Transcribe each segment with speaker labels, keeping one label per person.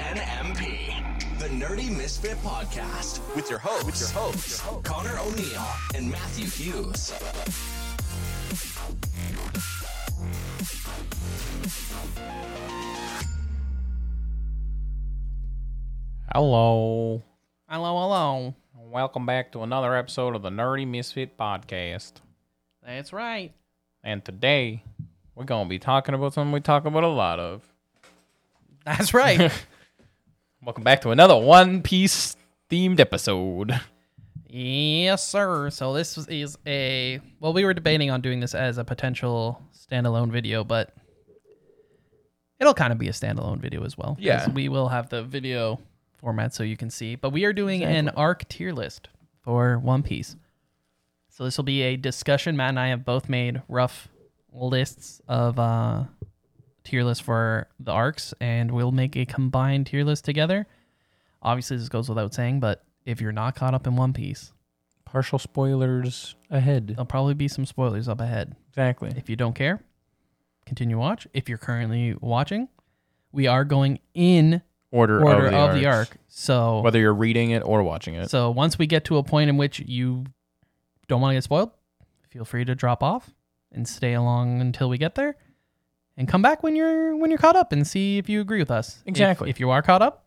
Speaker 1: TNMP, the Nerdy Misfit Podcast,
Speaker 2: with your host, with your host,
Speaker 1: Connor O'Neill and Matthew Hughes.
Speaker 3: Hello. Hello, hello. Welcome back to another episode of the Nerdy Misfit Podcast.
Speaker 4: That's right.
Speaker 3: And today, we're going to be talking about something we talk about a lot of.
Speaker 4: That's right.
Speaker 3: Welcome back to another One Piece themed episode.
Speaker 4: yes, sir. So this was- is a well, we were debating on doing this as a potential standalone video, but it'll kind of be a standalone video as well. 'cause
Speaker 3: Yeah.
Speaker 4: we will have the video format so you can see. But we are doing an arc tier list for One Piece. So this will be a discussion. Matt and I have both made rough lists of uh, tier list for the arcs, and we'll make a combined tier list together. Obviously, this goes without saying, but if you're not caught up in One Piece,
Speaker 3: Partial spoilers ahead.
Speaker 4: there'll probably be some spoilers up ahead.
Speaker 3: Exactly.
Speaker 4: If you don't care, continue watch. If you're currently watching, we are going in
Speaker 3: Order,
Speaker 4: order
Speaker 3: of, the,
Speaker 4: of the
Speaker 3: arcs.
Speaker 4: arc. So,
Speaker 3: Whether you're reading it or watching it.
Speaker 4: so once we get to a point in which you don't want to get spoiled, feel free to drop off and stay along until we get there, and come back when you're when you're caught up and see if you agree with us. If-
Speaker 3: Exactly.
Speaker 4: if you are caught up,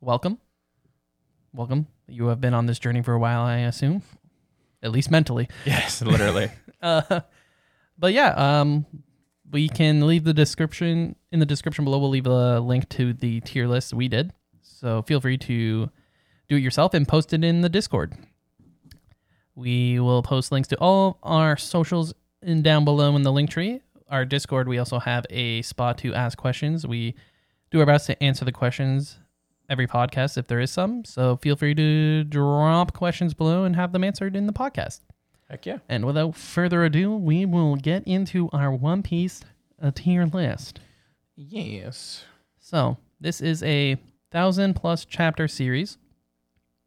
Speaker 4: welcome, welcome. You have been on this journey for a while, I assume, at least mentally.
Speaker 3: yes, literally.
Speaker 4: Uh, but yeah, um, we can leave the description in the description below. We'll leave a link to the tier list we did, so feel free to do it yourself and post it in the Discord. We will post links to all our socials in down below in the link tree. Our Discord, we also have a spot to ask questions. We do our best to answer the questions every podcast if there is some. So feel free to drop questions below and have them answered in the podcast.
Speaker 3: Heck yeah.
Speaker 4: And without further ado, we will get into our One Piece uh, tier list.
Speaker 3: Yes.
Speaker 4: So, this is a thousand plus chapter series,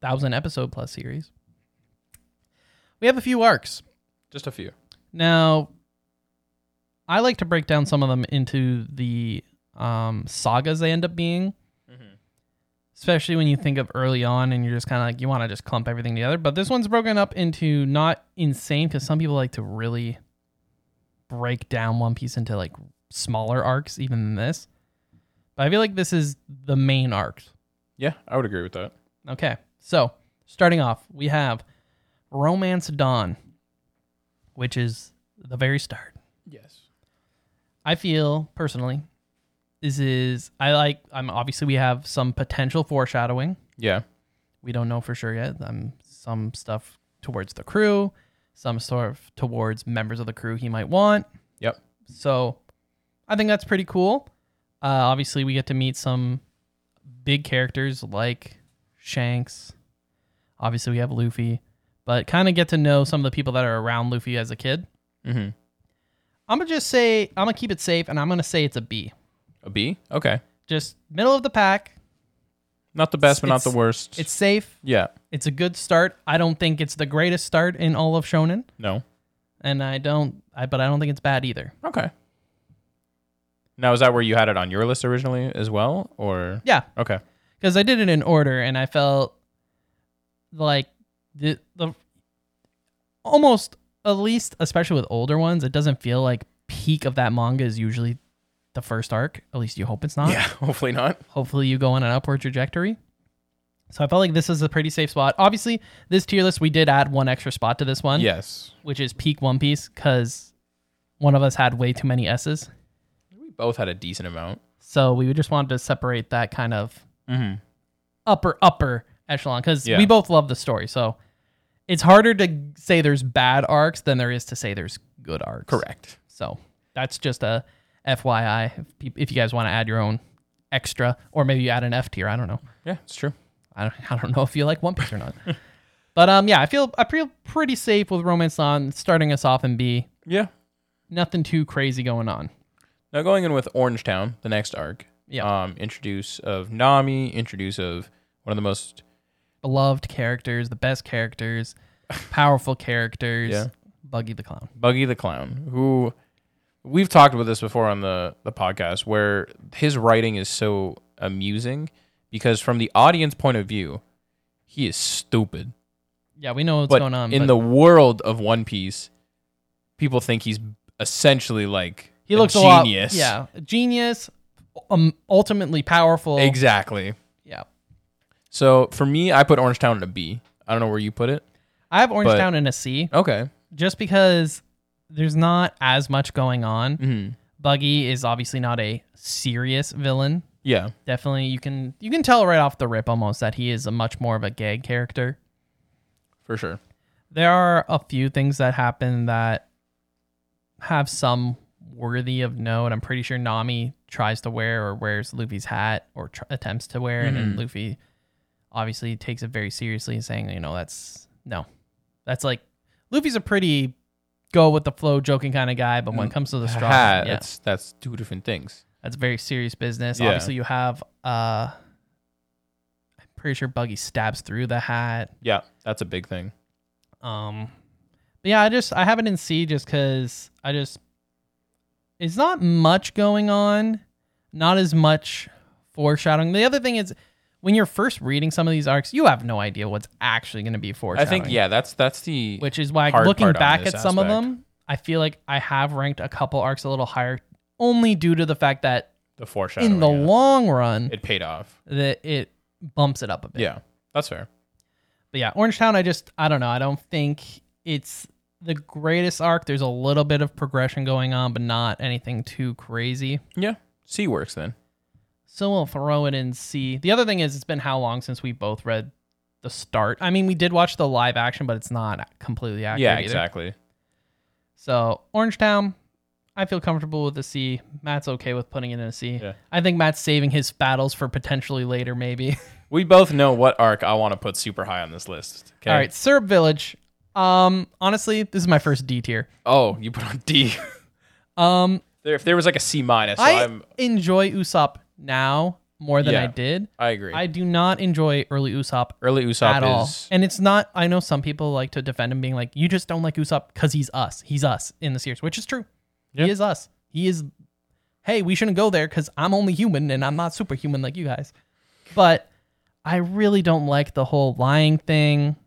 Speaker 4: thousand episode plus series. We have a few arcs.
Speaker 3: Just a few.
Speaker 4: Now, I like to break down some of them into the um, sagas they end up being. Especially when you think of early on and you're just kind of like, you want to just clump everything together. But this one's broken up into not insane because some people like to really break down One Piece into like smaller arcs, even than this. But I feel like this is the main arc.
Speaker 3: Yeah, I would agree with that.
Speaker 4: Okay. So, starting off, we have Romance Dawn, which is the very start.
Speaker 3: Yes.
Speaker 4: I feel personally, this is, I like, I'm obviously, we have some potential foreshadowing.
Speaker 3: Yeah.
Speaker 4: We don't know for sure yet. Um, some stuff towards the crew, some sort of towards members of the crew he might want.
Speaker 3: Yep.
Speaker 4: So I think that's pretty cool. Uh, obviously, we get to meet some big characters like Shanks. Obviously, we have Luffy, but kind of get to know some of the people that are around Luffy as a kid.
Speaker 3: Mm-hmm.
Speaker 4: I'm going to just say, I'm going to keep it safe and I'm going to say it's a B.
Speaker 3: A B? Okay.
Speaker 4: Just middle of the pack.
Speaker 3: Not the best, but not the
Speaker 4: It's-
Speaker 3: worst.
Speaker 4: It's safe.
Speaker 3: yeah.
Speaker 4: It's a good start. I don't think it's the greatest start in all of Shonen.
Speaker 3: No.
Speaker 4: And I don't, I, but I don't think it's bad either.
Speaker 3: Okay. Now is that where you had it on your list originally as well, or
Speaker 4: Yeah.
Speaker 3: okay?
Speaker 4: because I did it in order, and I felt like the the almost at least, especially with older ones, it doesn't feel like peak of that manga is usually the first arc. At least you hope it's not.
Speaker 3: hopefully not.
Speaker 4: Hopefully, you go on an upward trajectory. So I felt like this is a pretty safe spot. Obviously, this tier list we did add one extra spot to this one,
Speaker 3: Yes,
Speaker 4: which is peak One Piece, because one of us had way too many S's.
Speaker 3: we both had a decent amount.
Speaker 4: So we just wanted to separate that kind of
Speaker 3: Mhm.
Speaker 4: upper upper echelon because
Speaker 3: Yeah.
Speaker 4: we both love the story. So it's harder to say there's bad arcs than there is to say there's good arcs.
Speaker 3: Correct.
Speaker 4: So that's just a FYI if, peop- if you guys want to add your own extra or maybe you add an F tier. I don't know.
Speaker 3: Yeah, it's true.
Speaker 4: I don't, I don't know if you like One Piece or not. but um, yeah, I feel I feel pretty safe with Romance on starting us off in B.
Speaker 3: Yeah.
Speaker 4: Nothing too crazy going on.
Speaker 3: Now going in with Orange Town, the next arc.
Speaker 4: Yeah.
Speaker 3: Um, introduce of Nami. Introduce of one of the most.
Speaker 4: beloved characters, the best characters, powerful characters.
Speaker 3: Yeah.
Speaker 4: Buggy the Clown.
Speaker 3: Buggy the Clown, who we've talked about this before on the the podcast where his writing is so amusing because from the audience point of view, he is stupid.
Speaker 4: Yeah, we know what's
Speaker 3: but
Speaker 4: going on.
Speaker 3: in
Speaker 4: but
Speaker 3: the world of One Piece, people think he's essentially like
Speaker 4: he looks
Speaker 3: a
Speaker 4: a lot.
Speaker 3: genius.
Speaker 4: Yeah, a genius. Um, ultimately powerful.
Speaker 3: exactly.
Speaker 4: Yeah,
Speaker 3: So for me, I put Orange Town in a B. I don't know where you put it.
Speaker 4: I have Orange
Speaker 3: But-
Speaker 4: Town in a C
Speaker 3: Okay.
Speaker 4: just because there's not as much going on.
Speaker 3: Mm-hmm.
Speaker 4: Buggy is obviously not a serious villain.
Speaker 3: Yeah.
Speaker 4: Definitely, you can you can tell right off the rip almost that he is a much more of a gag character.
Speaker 3: For sure.
Speaker 4: There are a few things that happen that have some worthy of note. I'm pretty sure Nami tries to wear or wears Luffy's hat or tr- attempts to wear, and
Speaker 3: Mm-hmm.
Speaker 4: then Luffy obviously takes it very seriously, saying, "You know, that's no, that's like Luffy's a pretty go with the flow, joking kind of guy, but when it comes to the straw,
Speaker 3: Mm. Hat.
Speaker 4: yeah.
Speaker 3: That's that's two different things.
Speaker 4: That's very serious business.
Speaker 3: Yeah.
Speaker 4: Obviously, you have. uh I'm pretty sure Buggy stabs through the hat.
Speaker 3: Yeah, that's a big thing.
Speaker 4: Um, but yeah, I just I have it in C just because I just it's not much going on, not as much foreshadowing. The other thing is when you're first reading some of these arcs, you have no idea what's actually going to be
Speaker 3: I
Speaker 4: foreshadowing.
Speaker 3: think yeah, that's that's the
Speaker 4: which is why
Speaker 3: hard
Speaker 4: looking
Speaker 3: part on
Speaker 4: back
Speaker 3: this
Speaker 4: at some of
Speaker 3: aspect.
Speaker 4: them, I feel like I have ranked a couple arcs a little higher, only due to the fact that
Speaker 3: the foreshadowing.
Speaker 4: in the
Speaker 3: Oh, yeah.
Speaker 4: long run
Speaker 3: it paid off.
Speaker 4: that it bumps it up a bit.
Speaker 3: Yeah, that's fair.
Speaker 4: But yeah, Orange Town, I just I don't know. I don't think it's the greatest arc. There's a little bit of progression going on, but not anything too crazy.
Speaker 3: Yeah, C works then.
Speaker 4: So we'll throw it in C. The other thing is it's been how long since we both read the start. I mean, we did watch the live action, but it's not completely accurate.
Speaker 3: yeah,
Speaker 4: either.
Speaker 3: exactly.
Speaker 4: So Orange Town, I feel comfortable with the C. Matt's okay with putting it in a C. I
Speaker 3: Yeah.
Speaker 4: think Matt's saving his battles for potentially later, maybe.
Speaker 3: We both know what arc I want to put super high on this list. 'kay?
Speaker 4: All right, Syrup Village. Um, honestly, this is my first D tier.
Speaker 3: Oh, you put on D.
Speaker 4: Um,
Speaker 3: there, if there was like a C minus, so
Speaker 4: I
Speaker 3: I'm.
Speaker 4: enjoy Usopp now more than
Speaker 3: Yeah.
Speaker 4: I did.
Speaker 3: I agree.
Speaker 4: I do not enjoy early Usopp
Speaker 3: Early Usopp
Speaker 4: at
Speaker 3: is
Speaker 4: all, and it's not. I know some people like to defend him, being like, "You just don't like Usopp because he's us. He's us in the series," which is true.
Speaker 3: Yeah.
Speaker 4: He is us. He is. Hey, we shouldn't go there because I'm only human and I'm not superhuman like you guys. But I really don't like the whole lying thing.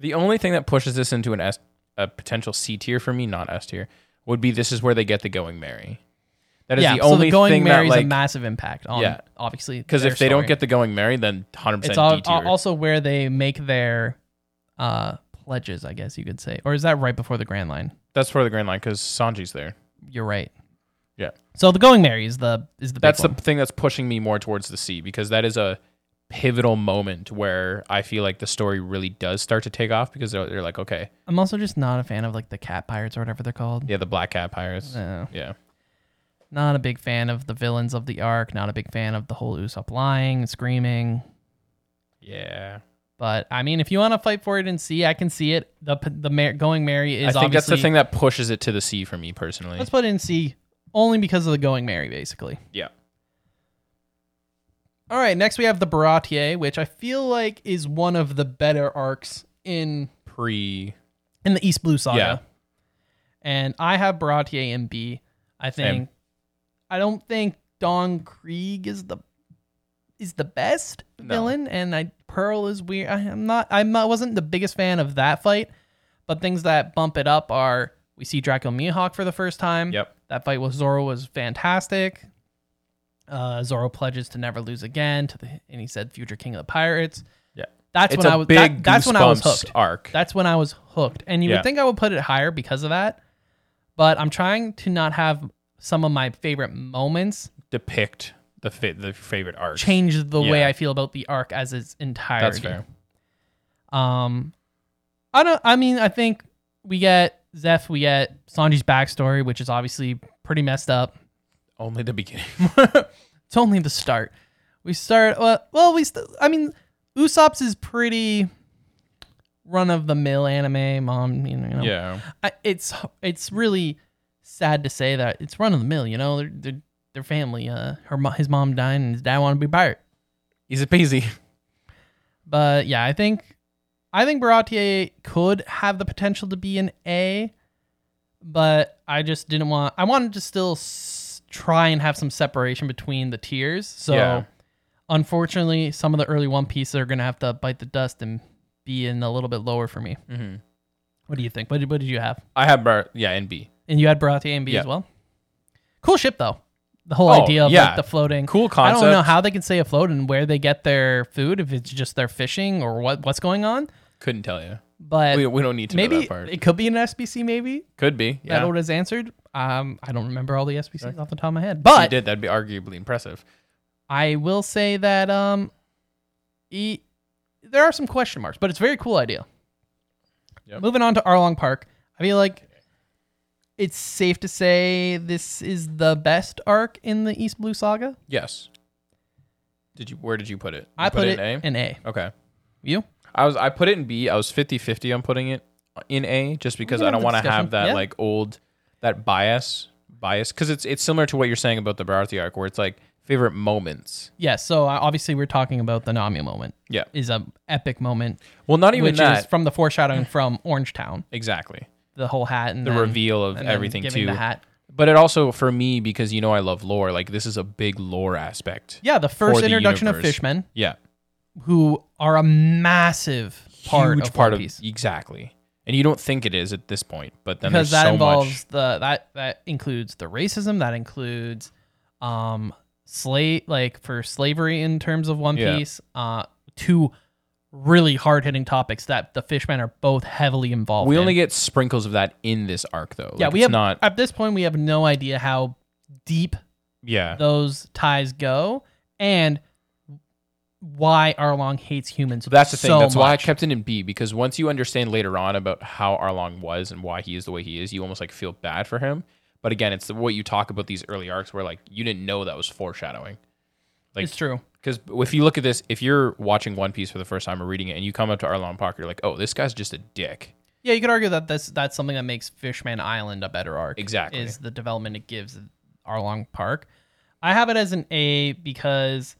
Speaker 3: the only thing that pushes this into an S, a potential C tier for me, not S tier, would be this is where they get the going Mary. That is
Speaker 4: yeah,
Speaker 3: the
Speaker 4: so
Speaker 3: only
Speaker 4: the going
Speaker 3: thing
Speaker 4: Mary's
Speaker 3: that like
Speaker 4: a massive impact on
Speaker 3: Yeah.
Speaker 4: obviously
Speaker 3: because
Speaker 4: their
Speaker 3: if they don't
Speaker 4: story.
Speaker 3: get the going Mary, then hundred
Speaker 4: it's
Speaker 3: percent
Speaker 4: al-
Speaker 3: D tier.
Speaker 4: also where they make their uh pledges i guess you could say or is that right before the grand line
Speaker 3: That's for the Grand Line because Sanji's there.
Speaker 4: you're right
Speaker 3: Yeah.
Speaker 4: so the going mary is the is the big
Speaker 3: that's the
Speaker 4: one.
Speaker 3: thing that's pushing me more towards the sea because that is a pivotal moment where I feel like the story really does start to take off because they're, they're like, okay,
Speaker 4: i'm also just not a fan of like the cat pirates or whatever they're called
Speaker 3: yeah, the Black Cat Pirates,
Speaker 4: Uh,
Speaker 3: yeah,
Speaker 4: not a big fan of the villains of the arc not a big fan of the whole usopp lying screaming
Speaker 3: yeah.
Speaker 4: but i mean if you want to fight for it and see i can see it the p- the Mar- going mary
Speaker 3: I
Speaker 4: is
Speaker 3: think that's
Speaker 4: obviously
Speaker 3: the thing that pushes it to the sea for me personally.
Speaker 4: let's put it in c only because of the going mary basically
Speaker 3: yeah,
Speaker 4: All right, next we have the Baratier, which I feel like is one of the better arcs in
Speaker 3: pre
Speaker 4: in the East Blue Saga.
Speaker 3: Yeah.
Speaker 4: And I have Baratier in B. I
Speaker 3: Same.
Speaker 4: think I don't think Don Krieg is the is the best
Speaker 3: No.
Speaker 4: villain, and I Pearl is weird. I, I'm not. I'm not. wasn't the biggest fan of that fight, but things that bump it up are we see Draco Mihawk for the first time.
Speaker 3: Yep.
Speaker 4: That fight with Zoro was fantastic. Uh, Zoro pledges to never lose again to the, and he said future king of the pirates.
Speaker 3: Yeah.
Speaker 4: That's
Speaker 3: it's
Speaker 4: when
Speaker 3: a
Speaker 4: I was
Speaker 3: big
Speaker 4: that- that's when I was
Speaker 3: Goosebumps
Speaker 4: hooked.
Speaker 3: arc.
Speaker 4: That's when I was hooked. And you
Speaker 3: Yeah.
Speaker 4: would think I would put it higher because of that. But I'm trying to not have some of my favorite moments
Speaker 3: depict the fa- the favorite arc.
Speaker 4: change the way
Speaker 3: Yeah.
Speaker 4: I feel about the arc as its entirety.
Speaker 3: That's fair.
Speaker 4: Um I don't I mean, I think we get Zeph, we get Sanji's backstory, which is obviously pretty messed up.
Speaker 3: Only the beginning.
Speaker 4: It's only the start. We start well, well we st- I mean, Usopp's is pretty run of the mill anime, mom, you know. you know.
Speaker 3: yeah,
Speaker 4: I, it's it's really sad to say that it's run of the mill. You know, their their, their family. Uh, her mo- his mom died, and his dad wanted to be pirate.
Speaker 3: easy peasy.
Speaker 4: But yeah, I think I think Baratier could have the potential to be an A. but I just didn't want. I wanted to still s- try and have some separation between the tiers. So,
Speaker 3: Yeah.
Speaker 4: unfortunately, some of the early One Piece are gonna have to bite the dust and be in a little bit lower for me.
Speaker 3: Mhm.
Speaker 4: What do you think? What did, what did you have?
Speaker 3: I have Bar- yeah NB.
Speaker 4: And you had Baratheon and B as
Speaker 3: Yeah.
Speaker 4: well. Cool ship though. The whole
Speaker 3: Oh,
Speaker 4: idea of
Speaker 3: yeah.
Speaker 4: like the floating.
Speaker 3: Cool
Speaker 4: I don't know
Speaker 3: concept.
Speaker 4: how they can stay afloat and where they get their food if it's just they're fishing or what what's going on.
Speaker 3: Couldn't tell you.
Speaker 4: But
Speaker 3: We, we don't need to know
Speaker 4: maybe
Speaker 3: that part.
Speaker 4: it could be an SBC. Maybe
Speaker 3: Could be. Yeah.
Speaker 4: that is answered. Um, I don't remember all the SBCs off the top of my
Speaker 3: If
Speaker 4: head,
Speaker 3: you
Speaker 4: but
Speaker 3: did that'd be arguably impressive.
Speaker 4: I will say that um, e- there are some question marks, but it's a very cool idea.
Speaker 3: Yep.
Speaker 4: Moving on to Arlong Park, I feel like it's safe to say this is the best arc in the East Blue Saga.
Speaker 3: Yes. Did you? Where did you put it? You
Speaker 4: I put, it
Speaker 3: in A.
Speaker 4: in A.
Speaker 3: okay.
Speaker 4: You?
Speaker 3: I was I put it in B. I was 50-50 on putting it in A just because
Speaker 4: can
Speaker 3: I
Speaker 4: have
Speaker 3: don't
Speaker 4: the
Speaker 3: want to
Speaker 4: discussion.
Speaker 3: have that
Speaker 4: Yeah.
Speaker 3: like old that bias bias because it's it's similar to what you're saying about the Baratheon arc where it's like favorite moments.
Speaker 4: Yeah. So uh, obviously we're talking about the Nami moment.
Speaker 3: Yeah.
Speaker 4: Is a epic moment,
Speaker 3: Well, not
Speaker 4: which
Speaker 3: even
Speaker 4: is
Speaker 3: that
Speaker 4: from the foreshadowing from Orange Town,
Speaker 3: exactly
Speaker 4: the whole hat and
Speaker 3: the
Speaker 4: then-
Speaker 3: reveal of
Speaker 4: and then
Speaker 3: everything
Speaker 4: giving
Speaker 3: too.
Speaker 4: The hat.
Speaker 3: But it also for me because you know I love lore. Like this is a big lore aspect.
Speaker 4: Yeah, the first
Speaker 3: the
Speaker 4: introduction of
Speaker 3: universe.
Speaker 4: fishmen,
Speaker 3: Yeah.
Speaker 4: who are a massive part
Speaker 3: Huge
Speaker 4: of
Speaker 3: part
Speaker 4: One
Speaker 3: of
Speaker 4: Piece.
Speaker 3: exactly. And you don't think it is at this point, but then
Speaker 4: because
Speaker 3: there's
Speaker 4: that
Speaker 3: so
Speaker 4: involves
Speaker 3: much.
Speaker 4: the that that includes the racism that includes um slave like for slavery in terms of one
Speaker 3: Yeah.
Speaker 4: piece uh two really hard-hitting topics that the fishmen are both heavily involved
Speaker 3: We
Speaker 4: in.
Speaker 3: only get sprinkles of that in this arc though.
Speaker 4: yeah
Speaker 3: Like,
Speaker 4: we
Speaker 3: it's
Speaker 4: have
Speaker 3: not
Speaker 4: at this point we have no idea how deep
Speaker 3: yeah.
Speaker 4: those ties go and why arlong hates humans
Speaker 3: So that's the thing.
Speaker 4: so
Speaker 3: that's why I
Speaker 4: much.
Speaker 3: kept it in B because once you understand later on about how Arlong was and why he is the way he is, you almost like feel bad for him. But again, it's the, what you talk about these early arcs where like you didn't know that was foreshadowing. like-
Speaker 4: it's true
Speaker 3: Because if you look at this, if you're watching One Piece for the first time or reading it, and you come up to Arlong Park, you're like, oh, this guy's just a dick.
Speaker 4: Yeah, you could argue that this that's something that makes Fishman Island a better arc.
Speaker 3: Exactly.
Speaker 4: Is the development it gives Arlong Park. I have it as an A because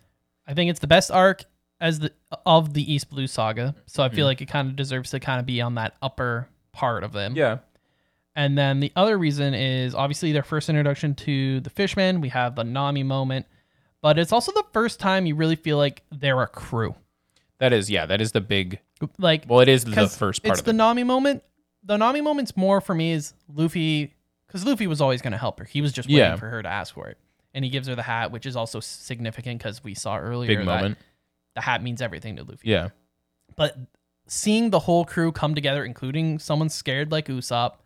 Speaker 4: I think it's the best arc as the of the East Blue saga. So I
Speaker 3: Mm-hmm.
Speaker 4: feel like it kind of deserves to kind of be on that upper part of them.
Speaker 3: Yeah.
Speaker 4: And then the other reason is obviously their first introduction to the Fishman. We have the Nami moment, but it's also the first time you really feel like they're a crew.
Speaker 3: That is, yeah, that is the big.
Speaker 4: Like
Speaker 3: Well, it is the
Speaker 4: 'Cause
Speaker 3: first part
Speaker 4: It's
Speaker 3: of
Speaker 4: the
Speaker 3: it.
Speaker 4: Nami moment. The Nami moment's more for me is Luffy, because Luffy was always going to help her. He was just waiting
Speaker 3: Yeah.
Speaker 4: for her to ask for it, and he gives her the hat, which is also significant because we saw earlier
Speaker 3: Big
Speaker 4: that
Speaker 3: moment.
Speaker 4: the hat means everything to Luffy.
Speaker 3: Yeah.
Speaker 4: But seeing the whole crew come together, including someone scared like Usopp,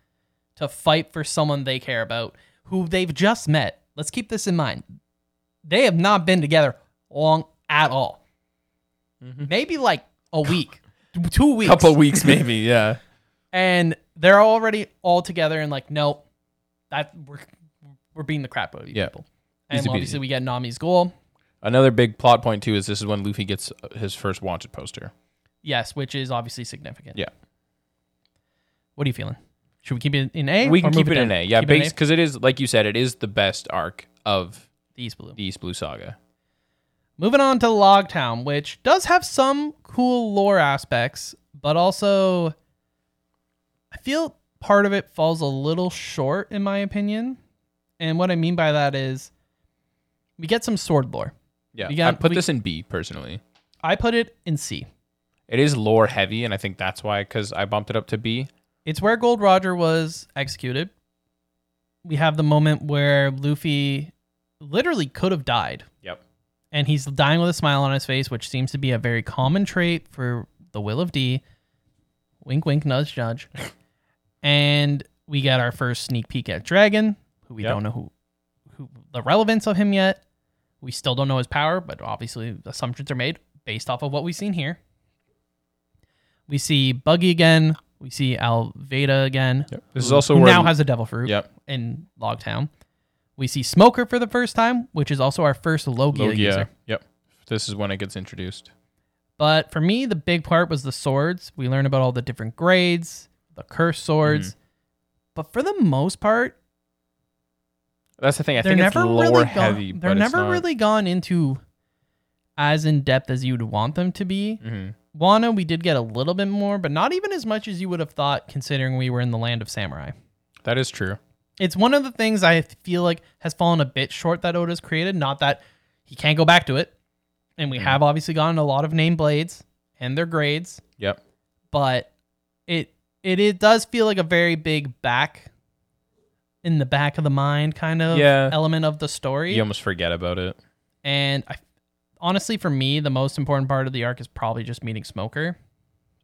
Speaker 4: to fight for someone they care about, who they've just met. Let's keep this in mind. They have not been together long at all. Maybe like a week, two weeks,
Speaker 3: Couple weeks, maybe. Yeah.
Speaker 4: and they're already all together and like, nope, that we're we're beating the crap out of you
Speaker 3: Yeah.
Speaker 4: people. And
Speaker 3: Easy peasy.
Speaker 4: obviously, we get Nami's goal,
Speaker 3: Another big plot point, too, is this is when Luffy gets his first wanted poster.
Speaker 4: yes, which is obviously significant.
Speaker 3: Yeah.
Speaker 4: What are you feeling? Should we keep it in A?
Speaker 3: we
Speaker 4: or
Speaker 3: can keep
Speaker 4: move
Speaker 3: it in
Speaker 4: down?
Speaker 3: A. Yeah,
Speaker 4: Keep it in A?
Speaker 3: because it is like you said, it is the best arc of
Speaker 4: The East Blue.
Speaker 3: the East Blue Saga.
Speaker 4: Moving on to Logtown, which does have some cool lore aspects, but also I feel part of it falls a little short, in my opinion. And what I mean by that is we get some sword lore.
Speaker 3: Yeah,
Speaker 4: We got-
Speaker 3: I put
Speaker 4: we-
Speaker 3: this in B personally.
Speaker 4: I put it in C.
Speaker 3: It is lore heavy, and I think that's why because I bumped it up to B.
Speaker 4: It's where Gold Roger was executed. We have the moment where Luffy literally could have died,
Speaker 3: Yep.
Speaker 4: and he's dying with a smile on his face, which seems to be a very common trait for the Will of D. Wink, wink, nudge, nudge. and we get our first sneak peek at Dragon, who we
Speaker 3: Yep.
Speaker 4: don't know who, who the relevance of him yet. We still don't know his power, but obviously assumptions are made based off of what we've seen here. We see Buggy again. We see Alveda again.
Speaker 3: This is
Speaker 4: who-
Speaker 3: also
Speaker 4: who
Speaker 3: where
Speaker 4: now has a devil fruit
Speaker 3: Yep.
Speaker 4: in Logtown. We see Smoker for the first time, which is also our first Logia,
Speaker 3: Logia.
Speaker 4: user.
Speaker 3: Yep. This is when it gets introduced.
Speaker 4: But for me, the big part was the swords. We learn about all the different grades, the cursed swords.
Speaker 3: Mm-hmm.
Speaker 4: But for the most part,
Speaker 3: That's the thing. I
Speaker 4: they're
Speaker 3: think it's
Speaker 4: never
Speaker 3: lore
Speaker 4: really gone,
Speaker 3: heavy.
Speaker 4: they're
Speaker 3: but it's
Speaker 4: never
Speaker 3: not-
Speaker 4: really gone into as in depth as you'd want them to be.
Speaker 3: Mhm.
Speaker 4: Wano, we did get a little bit more, but not even as much as you would have thought, considering we were in the land of samurai.
Speaker 3: That is true.
Speaker 4: It's one of the things I feel like has fallen a bit short that Oda's created. Not that he can't go back to it, and we have obviously gotten a lot of name blades and their grades,
Speaker 3: Yep.
Speaker 4: but it it it does feel like a very big back in the back of the mind kind of
Speaker 3: Yeah.
Speaker 4: element of the story.
Speaker 3: You almost forget about it.
Speaker 4: And I, honestly, for me, the most important part of the arc is probably just meeting Smoker,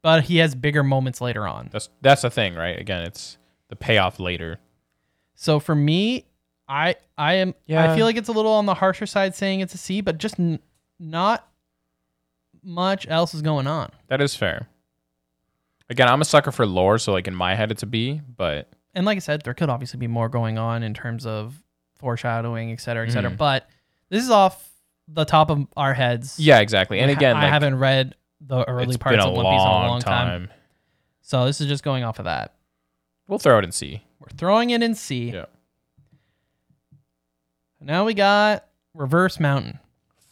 Speaker 4: but he has bigger moments later on.
Speaker 3: That's that's the thing, right? Again, it's the payoff later.
Speaker 4: So for me, I I am I
Speaker 3: Yeah.
Speaker 4: feel like it's a little on the harsher side saying it's a C, but just n- not much else is going on.
Speaker 3: That is fair. Again, I'm a sucker for lore, so like in my head it's a B, but
Speaker 4: And like I said, there could obviously be more going on in terms of foreshadowing, et cetera, et cetera.
Speaker 3: Mhm.
Speaker 4: But this is off the top of our heads.
Speaker 3: yeah, exactly. And
Speaker 4: I ha-
Speaker 3: again,
Speaker 4: I
Speaker 3: like,
Speaker 4: haven't read the early
Speaker 3: it's
Speaker 4: parts
Speaker 3: been a
Speaker 4: of One Piece in
Speaker 3: long,
Speaker 4: a long time.
Speaker 3: time.
Speaker 4: so this is just going off of that.
Speaker 3: We'll throw it and see.
Speaker 4: We're throwing it in C.
Speaker 3: Yeah.
Speaker 4: Now we got Reverse Mountain.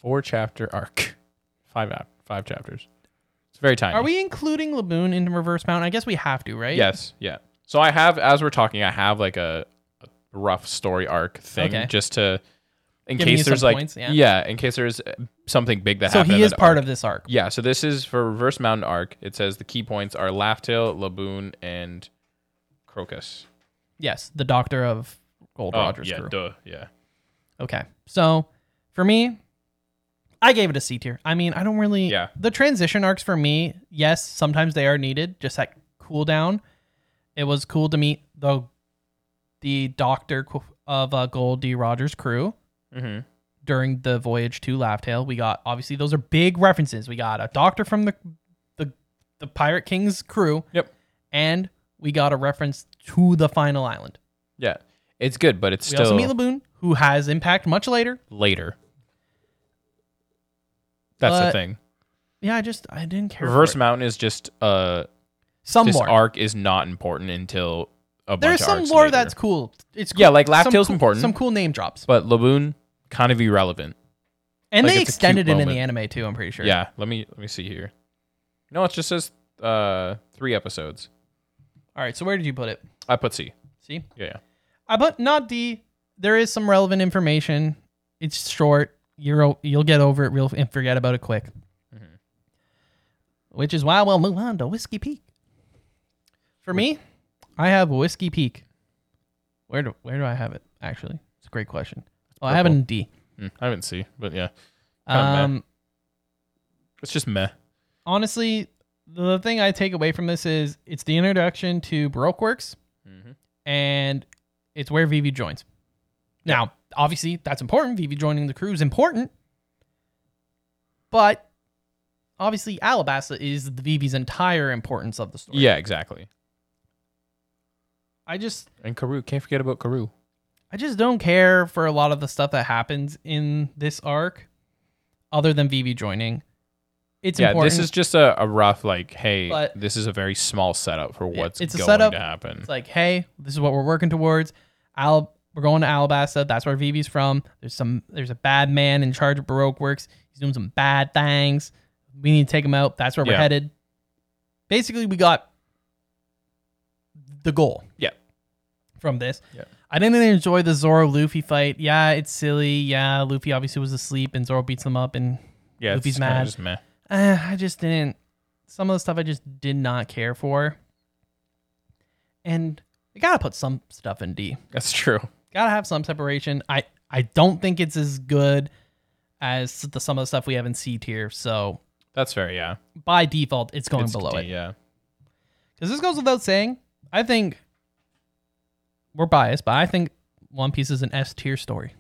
Speaker 3: Four chapter arc, five out, five chapters. It's very tiny.
Speaker 4: Are we including Laboon in Reverse Mountain? I guess we have to, right?
Speaker 3: Yes. Yeah. So I have, as we're talking, I have like a, a rough story arc thing
Speaker 4: Okay.
Speaker 3: just to, in
Speaker 4: Giving you
Speaker 3: case there's
Speaker 4: some
Speaker 3: like,
Speaker 4: points, yeah.
Speaker 3: yeah. in case there's uh, something big that
Speaker 4: So
Speaker 3: happened.
Speaker 4: he is part of this arc.
Speaker 3: Yeah. So this is for Reverse Mountain arc. It says the key points are Laughtail, Laboon, and Crocus.
Speaker 4: Yes, the Doctor of Gold Rogers
Speaker 3: Oh, yeah.
Speaker 4: crew.
Speaker 3: Duh. Yeah.
Speaker 4: Okay, so for me, I gave it a C tier. I mean, I don't really.
Speaker 3: Yeah.
Speaker 4: The transition arcs for me, yes, sometimes they are needed. Just that cool down. It was cool to meet the the Doctor qu- of uh, Gold D Rogers crew.
Speaker 3: Mm-hmm.
Speaker 4: during the voyage to Laughtail. We got obviously those are big references. We got a doctor from the the, the Pirate King's crew.
Speaker 3: Yep.
Speaker 4: And we got a reference to the final island.
Speaker 3: Yeah. It's good, but it's
Speaker 4: We
Speaker 3: still
Speaker 4: also meet Laboon, who has impact much later.
Speaker 3: later. That's
Speaker 4: But-
Speaker 3: the thing.
Speaker 4: Yeah, I just I didn't care.
Speaker 3: Reverse
Speaker 4: for it.
Speaker 3: Mountain is just uh
Speaker 4: some
Speaker 3: this
Speaker 4: more.
Speaker 3: arc is not important until a bunch
Speaker 4: There's
Speaker 3: of
Speaker 4: some
Speaker 3: arcs
Speaker 4: lore
Speaker 3: later.
Speaker 4: that's cool. It's cool.
Speaker 3: Yeah, like
Speaker 4: Some
Speaker 3: Laughtail's
Speaker 4: cool-
Speaker 3: important.
Speaker 4: Some cool name drops,
Speaker 3: but Laboon kind of irrelevant.
Speaker 4: and
Speaker 3: like,
Speaker 4: they
Speaker 3: it's a cute
Speaker 4: extended it in the
Speaker 3: moment.
Speaker 4: anime too. I'm pretty sure.
Speaker 3: Yeah, let me let me see here. No, it just says uh three episodes.
Speaker 4: All right. So where did you put it?
Speaker 3: I put C.
Speaker 4: See,
Speaker 3: Yeah, yeah.
Speaker 4: I Uh, but not D. There is some relevant information. It's short. You're o- you'll get over it real and forget about it quick. Which is why we'll move on to Whiskey Peak. For me, I have Whiskey Peak. Where do where do I have it? Actually, it's a great question. Oh, I have it in D.
Speaker 3: Mm, I haven't C, but yeah. Kinda meh.
Speaker 4: Um,
Speaker 3: It's just meh.
Speaker 4: honestly, the thing I take away from this is it's the introduction to Baroque Works,
Speaker 3: Mm-hmm.
Speaker 4: and it's where Vivi joins. Now, obviously, that's important. Vivi joining the crew is important, but obviously, Alabasta is the Vivi's entire importance of the story.
Speaker 3: Yeah, exactly.
Speaker 4: I just
Speaker 3: And Karu, can't forget about Karu.
Speaker 4: I just don't care for a lot of the stuff that happens in this arc, other than Vivi joining. It's
Speaker 3: yeah,
Speaker 4: important.
Speaker 3: this is just a, a rough like, hey,
Speaker 4: But-
Speaker 3: this is a very small setup for
Speaker 4: Yeah,
Speaker 3: what's
Speaker 4: it's a
Speaker 3: going
Speaker 4: setup.
Speaker 3: to happen.
Speaker 4: It's like, hey, this is what we're working towards. Al, we're going to Alabasta. That's where Vivi's from. There's some. There's a bad man in charge of Baroque Works. He's doing some bad things. We need to take him out. That's where we're
Speaker 3: Yeah.
Speaker 4: headed. Basically, we got the goal.
Speaker 3: Yeah.
Speaker 4: From this,
Speaker 3: Yeah.
Speaker 4: I didn't really enjoy the Zoro Luffy fight. Yeah, it's silly. Yeah, Luffy obviously was asleep, and Zoro beats him up, and
Speaker 3: Yeah,
Speaker 4: Luffy's
Speaker 3: it's kinda
Speaker 4: mad.
Speaker 3: just meh.
Speaker 4: uh, I just didn't. Some of the stuff I just did not care for. And you gotta put some stuff in D.
Speaker 3: That's true.
Speaker 4: Gotta have some separation. I I don't think it's as good as the some of the stuff we have in C tier. So
Speaker 3: That's fair. Yeah,
Speaker 4: by default, it's going
Speaker 3: It's
Speaker 4: below
Speaker 3: D,
Speaker 4: it.
Speaker 3: Yeah,
Speaker 4: Because this goes without saying. I think we're biased, but I think One Piece is an S tier story.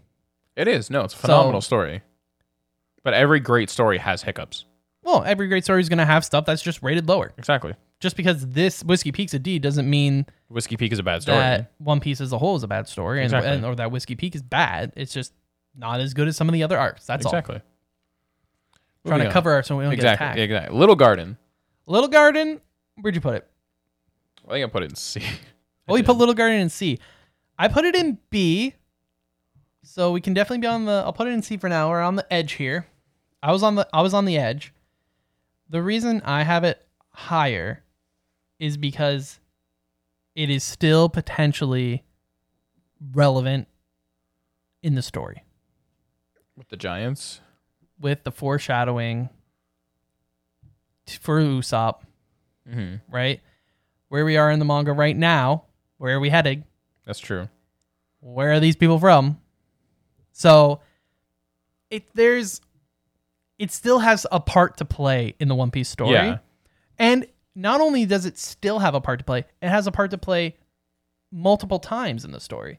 Speaker 3: it is. No, it's a phenomenal story. But every great story has hiccups.
Speaker 4: Well, every great story is gonna have stuff that's just rated lower.
Speaker 3: Exactly.
Speaker 4: Just because this Whiskey Peaks a D doesn't mean
Speaker 3: Whiskey Peak is a bad story.
Speaker 4: that One Piece as a whole is a bad story, and,
Speaker 3: Exactly.
Speaker 4: and- or that Whiskey Peak is bad. It's just not as good as some of the other arcs. That's
Speaker 3: exactly.
Speaker 4: all. Trying
Speaker 3: Moving
Speaker 4: to
Speaker 3: on.
Speaker 4: cover our so we don't
Speaker 3: exactly.
Speaker 4: get attacked.
Speaker 3: Exactly. Little Garden.
Speaker 4: Little Garden, where'd you put it?
Speaker 3: I think I put it in C.
Speaker 4: Oh, you put Little Garden in C. I put it in B. So we can definitely be on the. I'll put it in C for now. We're on the edge here. I was on the. I was on the edge. The reason I have it higher is because it is still potentially relevant in the story
Speaker 3: with the Giants.
Speaker 4: with the foreshadowing t- for Usopp,
Speaker 3: Mm-hmm.
Speaker 4: right? Where we are in the manga right now, where are we heading?
Speaker 3: That's true.
Speaker 4: where are these people from? So it there's it still has a part to play in the One Piece story.
Speaker 3: Yeah.
Speaker 4: And not only does it still have a part to play, it has a part to play multiple times in the story.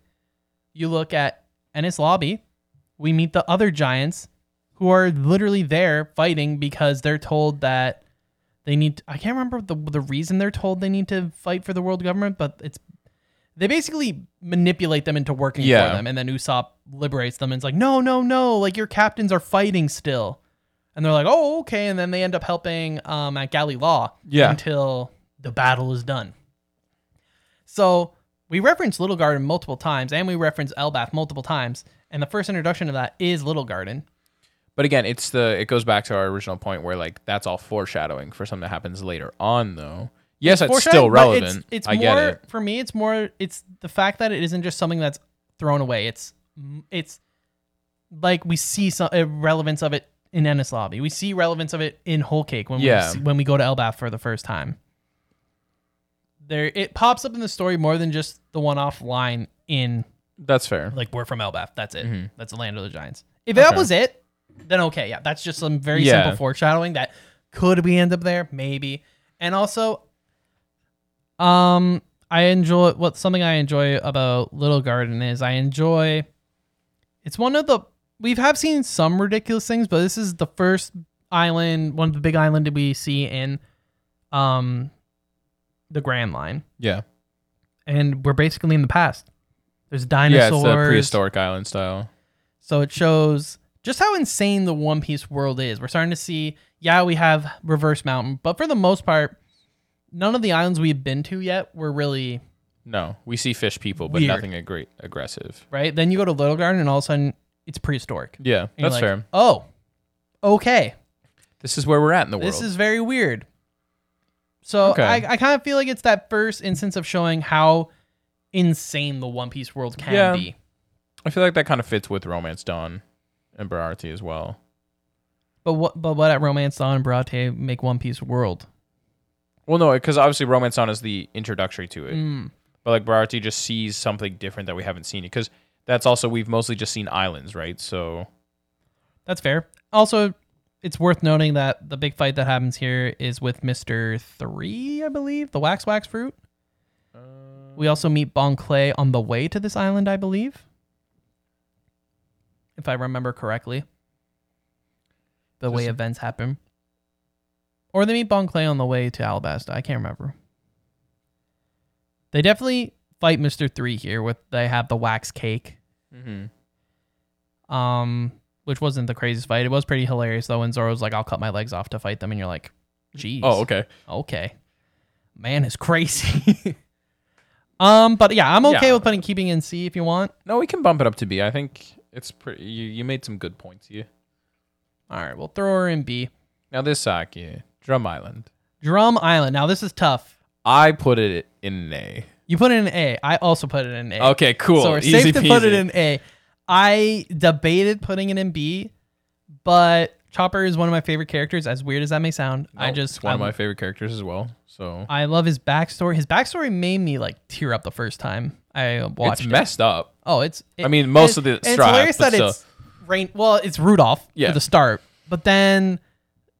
Speaker 4: You look at Ennis Lobby, we meet the other giants who are literally there fighting because they're told that they need I can't remember the the reason they're told they need to fight for the world government, but it's they basically manipulate them into working
Speaker 3: Yeah.
Speaker 4: for them and then Usopp liberates them and it's like, "No, no, no, like your captains are fighting still." And they're like, "Oh, okay." And then they end up helping um at Galley Law
Speaker 3: Yeah.
Speaker 4: until the battle is done. So we reference Little Garden multiple times, and we reference Elbath multiple times, and the first introduction of that is Little Garden.
Speaker 3: But again, it's the it goes back to our original point where like that's all foreshadowing for something that happens later on though. Yes, it's
Speaker 4: Foreshadowing,
Speaker 3: still
Speaker 4: but it's-
Speaker 3: relevant.
Speaker 4: It's,
Speaker 3: I
Speaker 4: more
Speaker 3: get it.
Speaker 4: for me. It's more. It's the fact that it isn't just something that's thrown away. It's it's like we see some uh, relevance of it in Ennis Lobby. We see relevance of it in Whole Cake when
Speaker 3: Yeah.
Speaker 4: we see, when we go to Elbath for the first time. There, it pops up in the story more than just the one-off line in
Speaker 3: That's fair.
Speaker 4: like we're from Elbath. That's it. That's the land of the giants. If
Speaker 3: Mm-hmm. Okay.
Speaker 4: that was it, then okay, yeah, that's just some very
Speaker 3: Yeah.
Speaker 4: simple foreshadowing that could we end up there, maybe. And also, um, I enjoy what something I enjoy about Little Garden is I enjoy. It's one of the we've have seen some ridiculous things, but this is the first island, one of the big island that we see in, um, the Grand Line,
Speaker 3: Yeah.
Speaker 4: and we're basically in the past. There's
Speaker 3: Yeah, it's
Speaker 4: dinosaurs.
Speaker 3: the prehistoric island style.
Speaker 4: So it shows just how insane the One Piece world is. We're starting to see, yeah, we have Reverse Mountain, but for the most part, none of the islands we've been to yet were really
Speaker 3: No, we see fish people, but
Speaker 4: Weird.
Speaker 3: nothing aggre- aggressive.
Speaker 4: right. Then you go to Little Garden, and all of a sudden it's prehistoric. And
Speaker 3: Yeah,
Speaker 4: you're
Speaker 3: that's
Speaker 4: like,
Speaker 3: fair.
Speaker 4: Oh, okay.
Speaker 3: This is where we're at in the world.
Speaker 4: This is very weird. So
Speaker 3: Okay.
Speaker 4: I, I kind of feel like it's that first instance of showing how insane the One Piece world can
Speaker 3: Yeah.
Speaker 4: be.
Speaker 3: I feel like that kind of fits with Romance Dawn and Berarti as well.
Speaker 4: But what but what at Romance Dawn and Brate make One Piece world?
Speaker 3: Well, no, because obviously Romance Dawn is the introductory to it.
Speaker 4: Mm.
Speaker 3: But like Berarti just sees something different that we haven't seen because that's also we've mostly just seen islands, right? So
Speaker 4: That's fair. Also, it's worth noting that the big fight that happens here is with Mr. Three, I believe, the Wax Wax Fruit. we also meet Bon Clay on the way to this island, I believe. If I remember correctly, the way
Speaker 3: Just-
Speaker 4: events happen. Or they meet Bon Clay on the way to Alabasta. I can't remember. They definitely fight Mr. Three here with they have the wax cake
Speaker 3: mm-hmm.
Speaker 4: um, which wasn't the craziest fight. It was pretty hilarious though. When Zoro's like, "I'll cut my legs off to fight them," and you're like, "Jeez,
Speaker 3: oh, okay.
Speaker 4: okay, man is crazy." um, but yeah, I'm okay
Speaker 3: Yeah.
Speaker 4: with putting keeping in C if you want.
Speaker 3: No, we can bump it up to B. I think it's pretty. You, you made some good points here.
Speaker 4: All right, we'll throw her in B.
Speaker 3: Now this Saki Drum Island.
Speaker 4: Drum Island. Now this is tough.
Speaker 3: I put it in an A.
Speaker 4: You put it in A. I also put it in A.
Speaker 3: Okay, cool.
Speaker 4: So we're
Speaker 3: Easy
Speaker 4: safe to put
Speaker 3: peasy.
Speaker 4: it in A. I debated putting it in B, but Chopper is one of my favorite characters. As weird as that may sound, I
Speaker 3: Nope,
Speaker 4: just
Speaker 3: it's Oh, one
Speaker 4: I
Speaker 3: of my favorite characters as well. So
Speaker 4: I love his backstory. His backstory made me like tear up the first time I watched.
Speaker 3: it's
Speaker 4: it.
Speaker 3: messed up.
Speaker 4: Oh, it's. it-
Speaker 3: I mean, most of the
Speaker 4: and
Speaker 3: strife,
Speaker 4: It's hilarious
Speaker 3: but
Speaker 4: that it's rain. Well, it's Rudolph
Speaker 3: Yeah.
Speaker 4: for the start, but then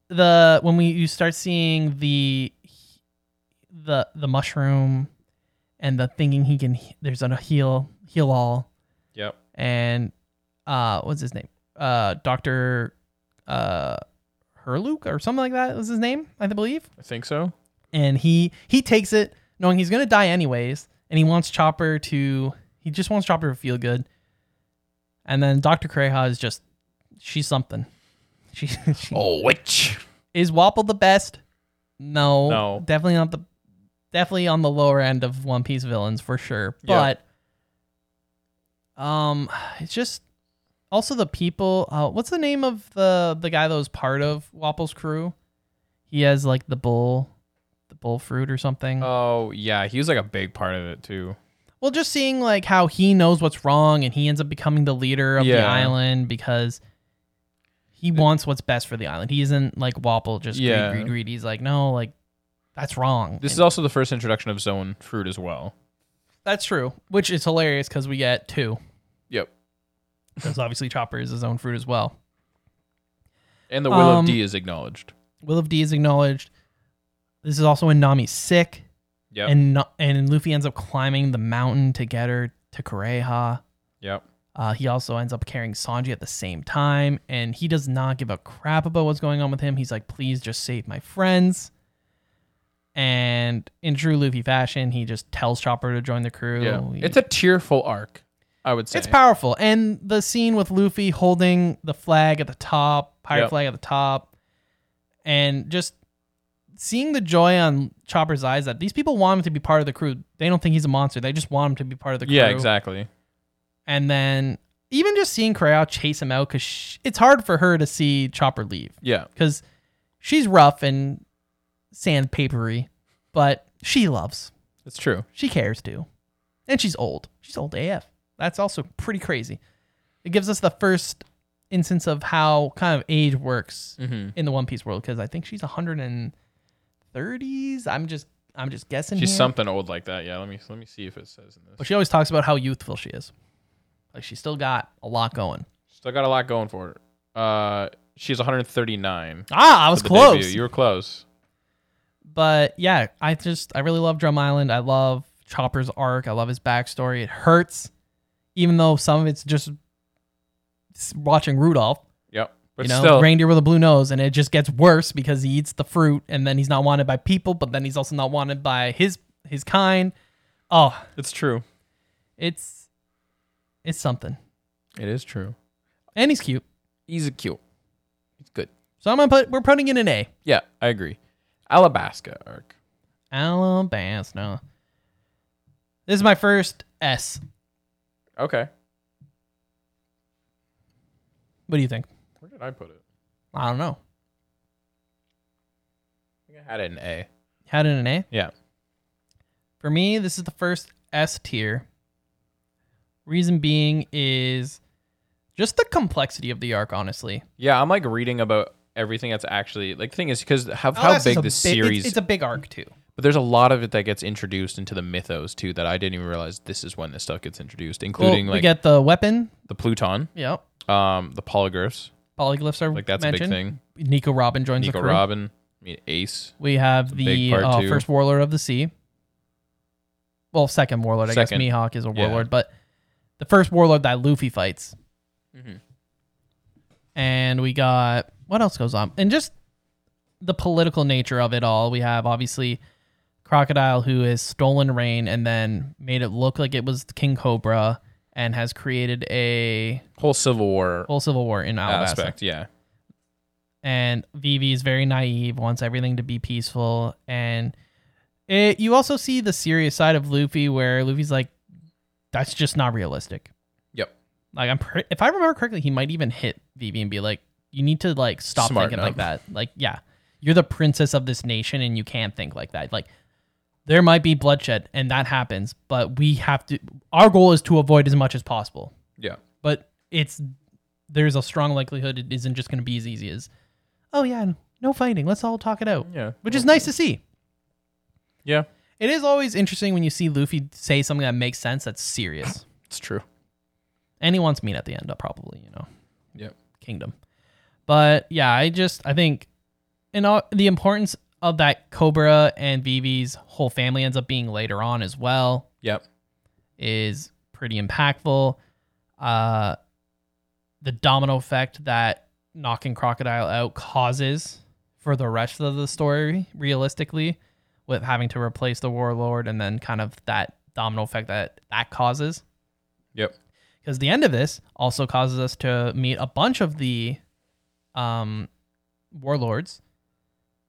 Speaker 4: the when we you start seeing the the the mushroom and the thinking he can he- there's a heal heal all
Speaker 3: Yep.
Speaker 4: and uh what's his name uh Doctor uh Herluke or something like that was his name I believe
Speaker 3: I think so.
Speaker 4: and he he takes it knowing he's gonna die anyways, and he wants Chopper to he just wants Chopper to feel good. And then Dr. Kreha is just she's something. She, she
Speaker 3: Oh, which?
Speaker 4: is Wapple the best? No,
Speaker 3: No.
Speaker 4: definitely not the definitely on the lower end of One Piece villains for sure.
Speaker 3: Yeah.
Speaker 4: But um, it's just also the people. Uh, what's the name of the the guy that was part of Wapple's crew? He has like the bull, the bull fruit or something.
Speaker 3: Oh yeah, he was like a big part of it too.
Speaker 4: Well, just seeing like how he knows what's wrong and he ends up becoming the leader of the
Speaker 3: Yeah.
Speaker 4: island because he wants what's best for the island. He isn't like Wapple just
Speaker 3: Yeah.
Speaker 4: greed, greed, greed. He's like, no, like that's wrong.
Speaker 3: This
Speaker 4: And
Speaker 3: is also the first introduction of zone fruit as well.
Speaker 4: that's true, which is hilarious because we get two
Speaker 3: Yep.
Speaker 4: because obviously Chopper is his own fruit as well.
Speaker 3: And the will
Speaker 4: Um,
Speaker 3: of D is acknowledged.
Speaker 4: Will of D is acknowledged. This is also when Nami's sick
Speaker 3: Yep.
Speaker 4: and Na- and Luffy ends up climbing the mountain to get her to Kureha.
Speaker 3: yep.
Speaker 4: Uh, he also ends up carrying Sanji at the same time, and he does not give a crap about what's going on with him. He's like, please just save my friends. And in true Luffy fashion, he just tells Chopper to join the crew.
Speaker 3: Yeah.
Speaker 4: He-
Speaker 3: It's a tearful arc, I would say.
Speaker 4: E. it's powerful. And the scene with Luffy holding the flag at the top, pirate
Speaker 3: Yep.
Speaker 4: flag at the top, and just seeing the joy on Chopper's eyes that these people want him to be part of the crew. They don't think he's a monster. They just want him to be part of the crew.
Speaker 3: Yeah, exactly.
Speaker 4: And then even just seeing Corral chase him out because it's hard for her to see Chopper leave
Speaker 3: Yeah.
Speaker 4: because she's rough and sandpapery, but she loves.
Speaker 3: It's true.
Speaker 4: She cares too. And she's old. She's old AF. That's also pretty crazy. It gives us the first instance of how kind of age works
Speaker 3: Mm-hmm.
Speaker 4: in the One Piece world because I think she's 130s. I'm just I'm just guessing.
Speaker 3: She's
Speaker 4: here.
Speaker 3: something old like that. Yeah, let me let me see if it says in
Speaker 4: But
Speaker 3: this.
Speaker 4: she always talks about how youthful she is. Like she's still got a lot going.
Speaker 3: Still got a lot going for her. Uh, she's 139.
Speaker 4: Ah, I was
Speaker 3: for the
Speaker 4: close.
Speaker 3: debut. You were close.
Speaker 4: but yeah, I just I really love Drum Island. I love Chopper's arc. I love his backstory. It hurts, even though some of it's just s- watching Rudolph.
Speaker 3: Yep. But
Speaker 4: you know,
Speaker 3: still,
Speaker 4: reindeer with a blue nose, and it just gets worse because he eats the fruit, and then he's not wanted by people, but then he's also not wanted by his his kind. Oh,
Speaker 3: it's true.
Speaker 4: it's it's something,
Speaker 3: It is true.
Speaker 4: and he's cute.
Speaker 3: He's a cute. It's good.
Speaker 4: So I'm gonna put we're putting in an A.
Speaker 3: Yeah, I agree. Alabasta arc.
Speaker 4: Alabasta. This is my first S.
Speaker 3: Okay.
Speaker 4: What do you think?
Speaker 3: Where did I put it?
Speaker 4: I don't know.
Speaker 3: I think I had it in A.
Speaker 4: Had it an A.
Speaker 3: Yeah.
Speaker 4: For me, this is the first S tier. Reason being is just the complexity of the arc, honestly.
Speaker 3: Yeah, I'm like reading about everything that's actually like. The thing is, because how,
Speaker 4: Oh,
Speaker 3: how
Speaker 4: that's
Speaker 3: big
Speaker 4: just a
Speaker 3: this
Speaker 4: big- it's-
Speaker 3: series,
Speaker 4: It's, a big arc too.
Speaker 3: but there's a lot of it that gets introduced into the mythos too that I didn't even realize this is when this stuff gets introduced, including
Speaker 4: well, we
Speaker 3: like
Speaker 4: get the weapon.
Speaker 3: the Pluton,
Speaker 4: Yep.
Speaker 3: um, the polyglyphs.
Speaker 4: Polyglyphs are
Speaker 3: Like that's
Speaker 4: mentioned.
Speaker 3: a big thing.
Speaker 4: thing. Nico Robin joins
Speaker 3: Nico
Speaker 4: the crew.
Speaker 3: Robin, I mean Ace,
Speaker 4: we have
Speaker 3: a big
Speaker 4: the
Speaker 3: part
Speaker 4: uh,
Speaker 3: too.
Speaker 4: first warlord of the sea. Well, second warlord, I
Speaker 3: Second.
Speaker 4: guess. Mihawk is a
Speaker 3: Yeah.
Speaker 4: warlord, but the first warlord that Luffy fights.
Speaker 3: Mhm.
Speaker 4: And we got what else goes on, and just the political nature of it all. We have obviously Crocodile, who has stolen Rain and then made it look like it was King Cobra, and has created a
Speaker 3: whole Civil War
Speaker 4: whole civil war in Alabasta.
Speaker 3: aspect. Yeah,
Speaker 4: And Vivi is very naive, wants everything to be peaceful, and it, you also see the serious side of Luffy, where Luffy's like, "That's just not realistic."
Speaker 3: yep,
Speaker 4: Like I'm, pre- if I remember correctly, he might even hit Vivi and be like, "You need to like stop
Speaker 3: Smarten
Speaker 4: thinking like
Speaker 3: up."
Speaker 4: that." Like, yeah, you're the princess of this nation, and you can't think like that. Like, there might be bloodshed, and that happens, but we have to. Our goal is to avoid as much as possible
Speaker 3: yeah.
Speaker 4: but it's there's a strong likelihood it isn't just going to be as easy as oh yeah n- no fighting let's all talk it out
Speaker 3: Yeah.
Speaker 4: which is nice to see
Speaker 3: Yeah,
Speaker 4: it is always interesting when you see luffy say something that makes sense that's serious
Speaker 3: it's true.
Speaker 4: and he wants meat at the end uh, probably you know
Speaker 3: Yep.
Speaker 4: kingdom but yeah i just i think and all, the importance of that cobra and vivi's whole family ends up being later on as well
Speaker 3: Yep.
Speaker 4: is pretty impactful. Uh, the domino effect that knocking Crocodile out causes for the rest of the story, realistically, with having to replace the Warlord and then kind of that domino effect that that causes.
Speaker 3: Yep.
Speaker 4: Because the end of this also causes us to meet a bunch of the um, Warlords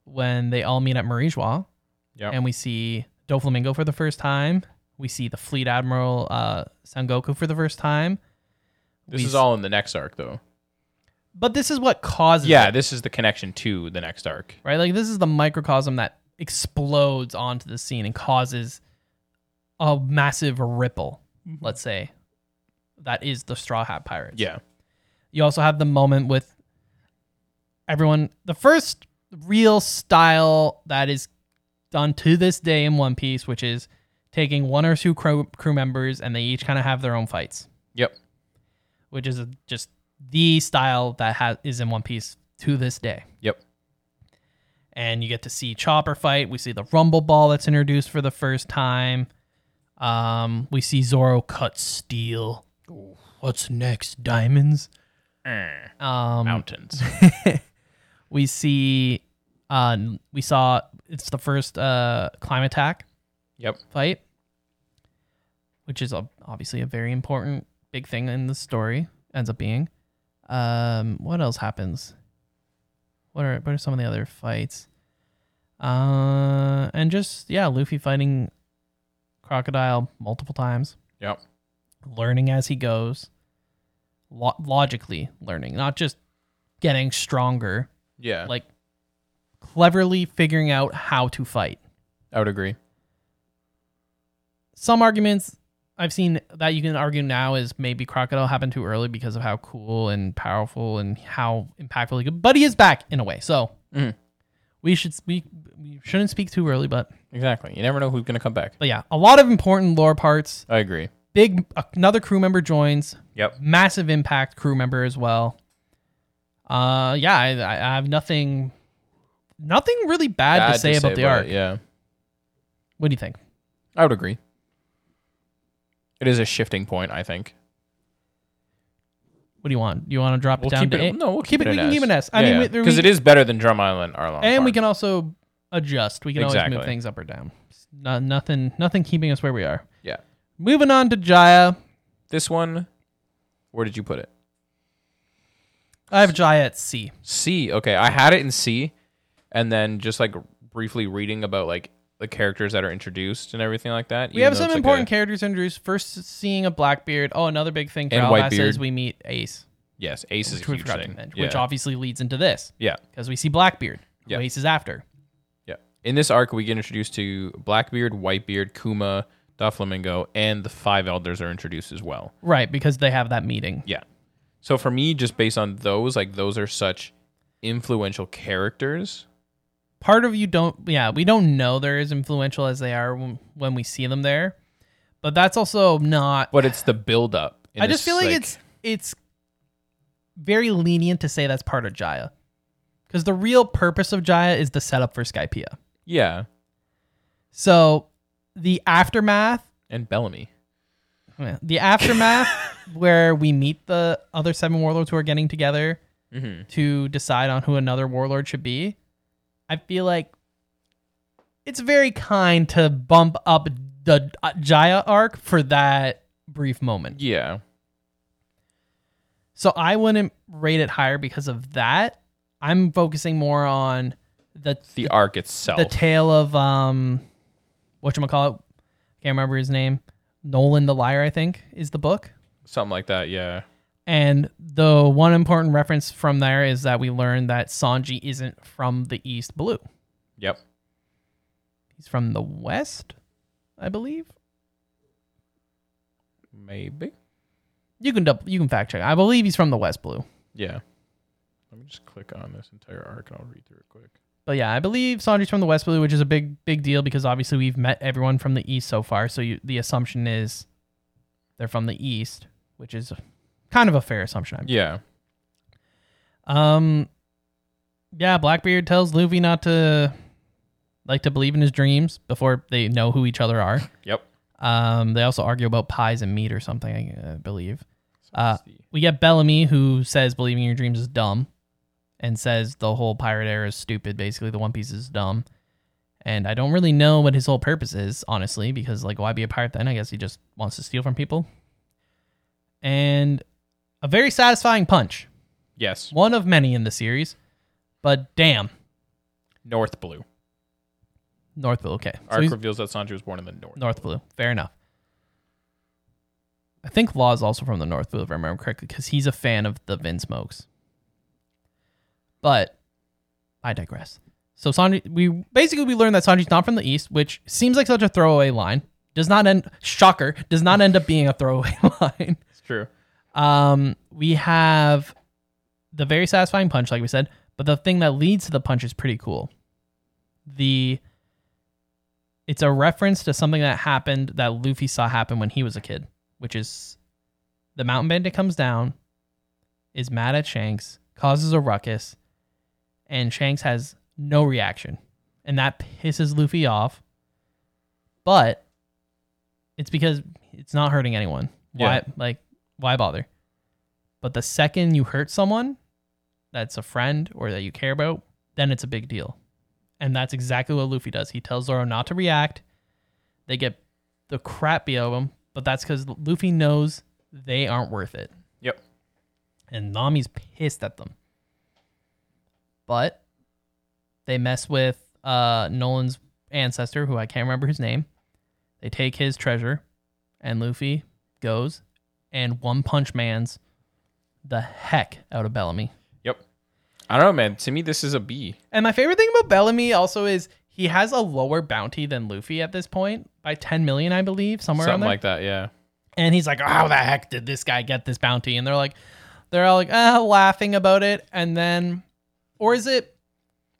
Speaker 4: when they all meet at Marijois
Speaker 3: Yep.
Speaker 4: and we see Doflamingo for the first time. We see the Fleet Admiral uh, Sangoku for the first time.
Speaker 3: this
Speaker 4: we
Speaker 3: is
Speaker 4: s-
Speaker 3: all in the next arc though.
Speaker 4: But this is what causes
Speaker 3: Yeah,
Speaker 4: it,
Speaker 3: this is the connection to the next arc.
Speaker 4: right? Like this is the microcosm that explodes onto the scene and causes a massive ripple, let's say, that is the Straw Hat Pirates.
Speaker 3: Yeah.
Speaker 4: You also have the moment with everyone. The first real style that is done to this day in One Piece, which is taking one or two crew, crew members and they each kind of have their own fights,
Speaker 3: Yep.
Speaker 4: which is just the style that ha- is in One Piece to this day.
Speaker 3: Yep.
Speaker 4: and you get to see Chopper fight. We see the Rumble Ball that's introduced for the first time. Um, we see Zoro cut steel. What's next? Diamonds.
Speaker 3: Eh.
Speaker 4: Um,
Speaker 3: Mountains.
Speaker 4: we see. Uh, we saw it's the first uh climb attack
Speaker 3: yep.
Speaker 4: fight, which is ob- obviously a very important big thing in the story. Ends up being. Um, what else happens? What are what are some of the other fights? Uh, and just yeah, Luffy fighting crocodile multiple times,
Speaker 3: Yep.
Speaker 4: learning as he goes, lo- logically learning, not just getting stronger,
Speaker 3: Yeah.
Speaker 4: like cleverly figuring out how to fight.
Speaker 3: I would agree.
Speaker 4: some arguments I've seen that you can argue now is maybe Crocodile happened too early because of how cool and powerful and how impactful he could. But he is back in a way, so
Speaker 3: Mhm.
Speaker 4: we should speak. We shouldn't speak too early, but
Speaker 3: Exactly. You never know who's gonna come back.
Speaker 4: but yeah, a lot of important lore parts.
Speaker 3: I agree.
Speaker 4: Big another crew member joins,
Speaker 3: Yep.
Speaker 4: massive impact crew member as well. Uh, yeah, I, I I have nothing, nothing really bad,
Speaker 3: Bad
Speaker 4: to say about the arc.
Speaker 3: it, yeah.
Speaker 4: What do you think?
Speaker 3: I would agree. It is a shifting point, I think.
Speaker 4: What do you want? You want to drop
Speaker 3: We'll
Speaker 4: it down
Speaker 3: keep
Speaker 4: to
Speaker 3: it.
Speaker 4: eight?
Speaker 3: No, we'll keep, it.
Speaker 4: We
Speaker 3: an
Speaker 4: can
Speaker 3: S.
Speaker 4: keep an S. I
Speaker 3: Yeah,
Speaker 4: mean,
Speaker 3: yeah.
Speaker 4: we- there- we-
Speaker 3: it is better than Drum Island, Arlong.
Speaker 4: and we
Speaker 3: Park.
Speaker 4: can also adjust. We can always move
Speaker 3: Exactly.
Speaker 4: things up or down. It's No, nothing, nothing keeping us where we are.
Speaker 3: Yeah.
Speaker 4: Moving on to Jaya,
Speaker 3: This one, where did you put it?
Speaker 4: I have Jaya at C.
Speaker 3: C. Okay, I had it in C, and then just like briefly reading about like the characters that are introduced and everything like that.
Speaker 4: We have some important characters introduced. First, seeing a Blackbeard. Oh, another big thing for
Speaker 3: And
Speaker 4: Alabasta is
Speaker 3: Whitebeard.
Speaker 4: we meet Ace,
Speaker 3: yes, Ace is
Speaker 4: which
Speaker 3: a
Speaker 4: we
Speaker 3: huge
Speaker 4: forgot to
Speaker 3: thing.
Speaker 4: mention,
Speaker 3: yeah.
Speaker 4: which obviously leads into this
Speaker 3: yeah,
Speaker 4: because we see Blackbeard, who
Speaker 3: Yeah.
Speaker 4: Ace is after.
Speaker 3: yeah. In this arc, we get introduced to Blackbeard, Whitebeard, Kuma, Doflamingo, and the five elders are introduced as well.
Speaker 4: Right, because they have that meeting.
Speaker 3: Yeah. So for me, just based on those, like those are such influential characters.
Speaker 4: part of you don't yeah we don't know they're as influential as they are when, when we see them there but that's also not
Speaker 3: But it's the build up.
Speaker 4: i just feel like, it's it's very lenient to say that's part of jaya because the real purpose of jaya is the setup for skypea
Speaker 3: yeah,
Speaker 4: so the aftermath
Speaker 3: and Bellamy.
Speaker 4: the aftermath where we meet the other seven warlords who are getting together
Speaker 3: Mm-hmm.
Speaker 4: to decide on who another warlord should be, I feel like it's very kind to bump up the uh, Jaya arc for that brief moment.
Speaker 3: Yeah.
Speaker 4: So I wouldn't rate it higher because of that. I'm focusing more on the
Speaker 3: the arc itself.
Speaker 4: the tale of um what call it? Can't remember his name. Nolan the Liar, I think, is the book.
Speaker 3: Something like that, yeah.
Speaker 4: And the one important reference from there is that we learned that Sanji isn't from the East Blue.
Speaker 3: Yep.
Speaker 4: He's from the West, I believe.
Speaker 3: Maybe.
Speaker 4: You can double, you can fact check. I believe he's from the West Blue.
Speaker 3: Yeah. Let me just click on this entire arc and I'll read through it quick.
Speaker 4: But yeah, I believe Sanji's from the West Blue, which is a big big deal because obviously we've met everyone from the East so far. So you, the assumption is they're from the East, which is kind of a fair assumption. I'm
Speaker 3: Yeah.
Speaker 4: Um, yeah, Blackbeard tells Luffy not to like to believe in his dreams before they know who each other are.
Speaker 3: Yep.
Speaker 4: Um, they also argue about pies and meat or something, I uh, believe.
Speaker 3: So
Speaker 4: Uh,
Speaker 3: it's the-
Speaker 4: we get Bellamy who says believing your dreams is dumb and says the whole pirate era is stupid. Basically, the One Piece is dumb. And I don't really know what his whole purpose is, honestly, because like why be a pirate then? I guess he just wants to steal from people. And a very satisfying punch.
Speaker 3: yes.
Speaker 4: One of many in the series. But damn,
Speaker 3: North Blue.
Speaker 4: North Blue, okay. So
Speaker 3: Arc
Speaker 4: he's
Speaker 3: reveals that Sanji was born in the North.
Speaker 4: North Blue. Fair enough. I think Law is also from the North Blue, if I remember correctly, because he's a fan of the Vin Smokes. But I digress. So Sanji, we basically we learned that Sanji's not from the East, which seems like such a throwaway line. Does not end shocker, does not end up being a throwaway line.
Speaker 3: It's true.
Speaker 4: Um, we have the very satisfying punch, like we said, but the thing that leads to the punch is pretty cool. The it's a reference to something that happened that Luffy saw happen when he was a kid, which is the mountain bandit comes down, is mad at Shanks, causes a ruckus, and Shanks has no reaction. And that pisses Luffy off. But it's because it's not hurting anyone.
Speaker 3: Yeah.
Speaker 4: Why like why bother? But the second you hurt someone that's a friend or that you care about, then it's a big deal. And that's exactly what Luffy does. He tells Zoro not to react. They get the crap beat out of him, but that's because Luffy knows they aren't worth it.
Speaker 3: Yep.
Speaker 4: And Nami's pissed at them. But they mess with uh, Nolan's ancestor, who I can't remember his name. They take his treasure, and Luffy goes and one punch man's the heck out of Bellamy.
Speaker 3: Yep. I don't know, man. To me, this is a B.
Speaker 4: And my favorite thing about Bellamy also is he has a lower bounty than Luffy at this point by 10 million, I believe, somewhere around
Speaker 3: Something
Speaker 4: there.
Speaker 3: like that. Yeah.
Speaker 4: and he's like, "How the heck did this guy get this bounty?" And they're like, they're all like, ah, laughing about it. And then, or is it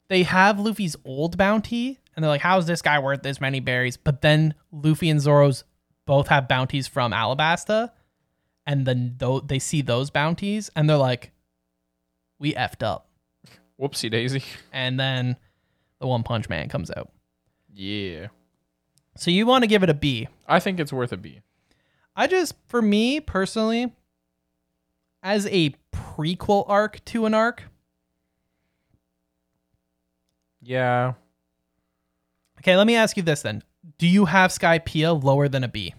Speaker 4: they have Luffy's old bounty, and they're like, "How is this guy worth this many berries?" But then Luffy and Zoro's both have bounties from Alabasta, and then tho- they see those bounties, and they're like, "We effed up."
Speaker 3: Whoopsie daisy.
Speaker 4: And then the One Punch Man comes out.
Speaker 3: Yeah.
Speaker 4: So you want to give it a B.
Speaker 3: I think it's worth a B.
Speaker 4: I just, for me personally, as a prequel arc to an arc,
Speaker 3: Yeah.
Speaker 4: okay, let me ask you this then. Do you have Skypea lower than a B?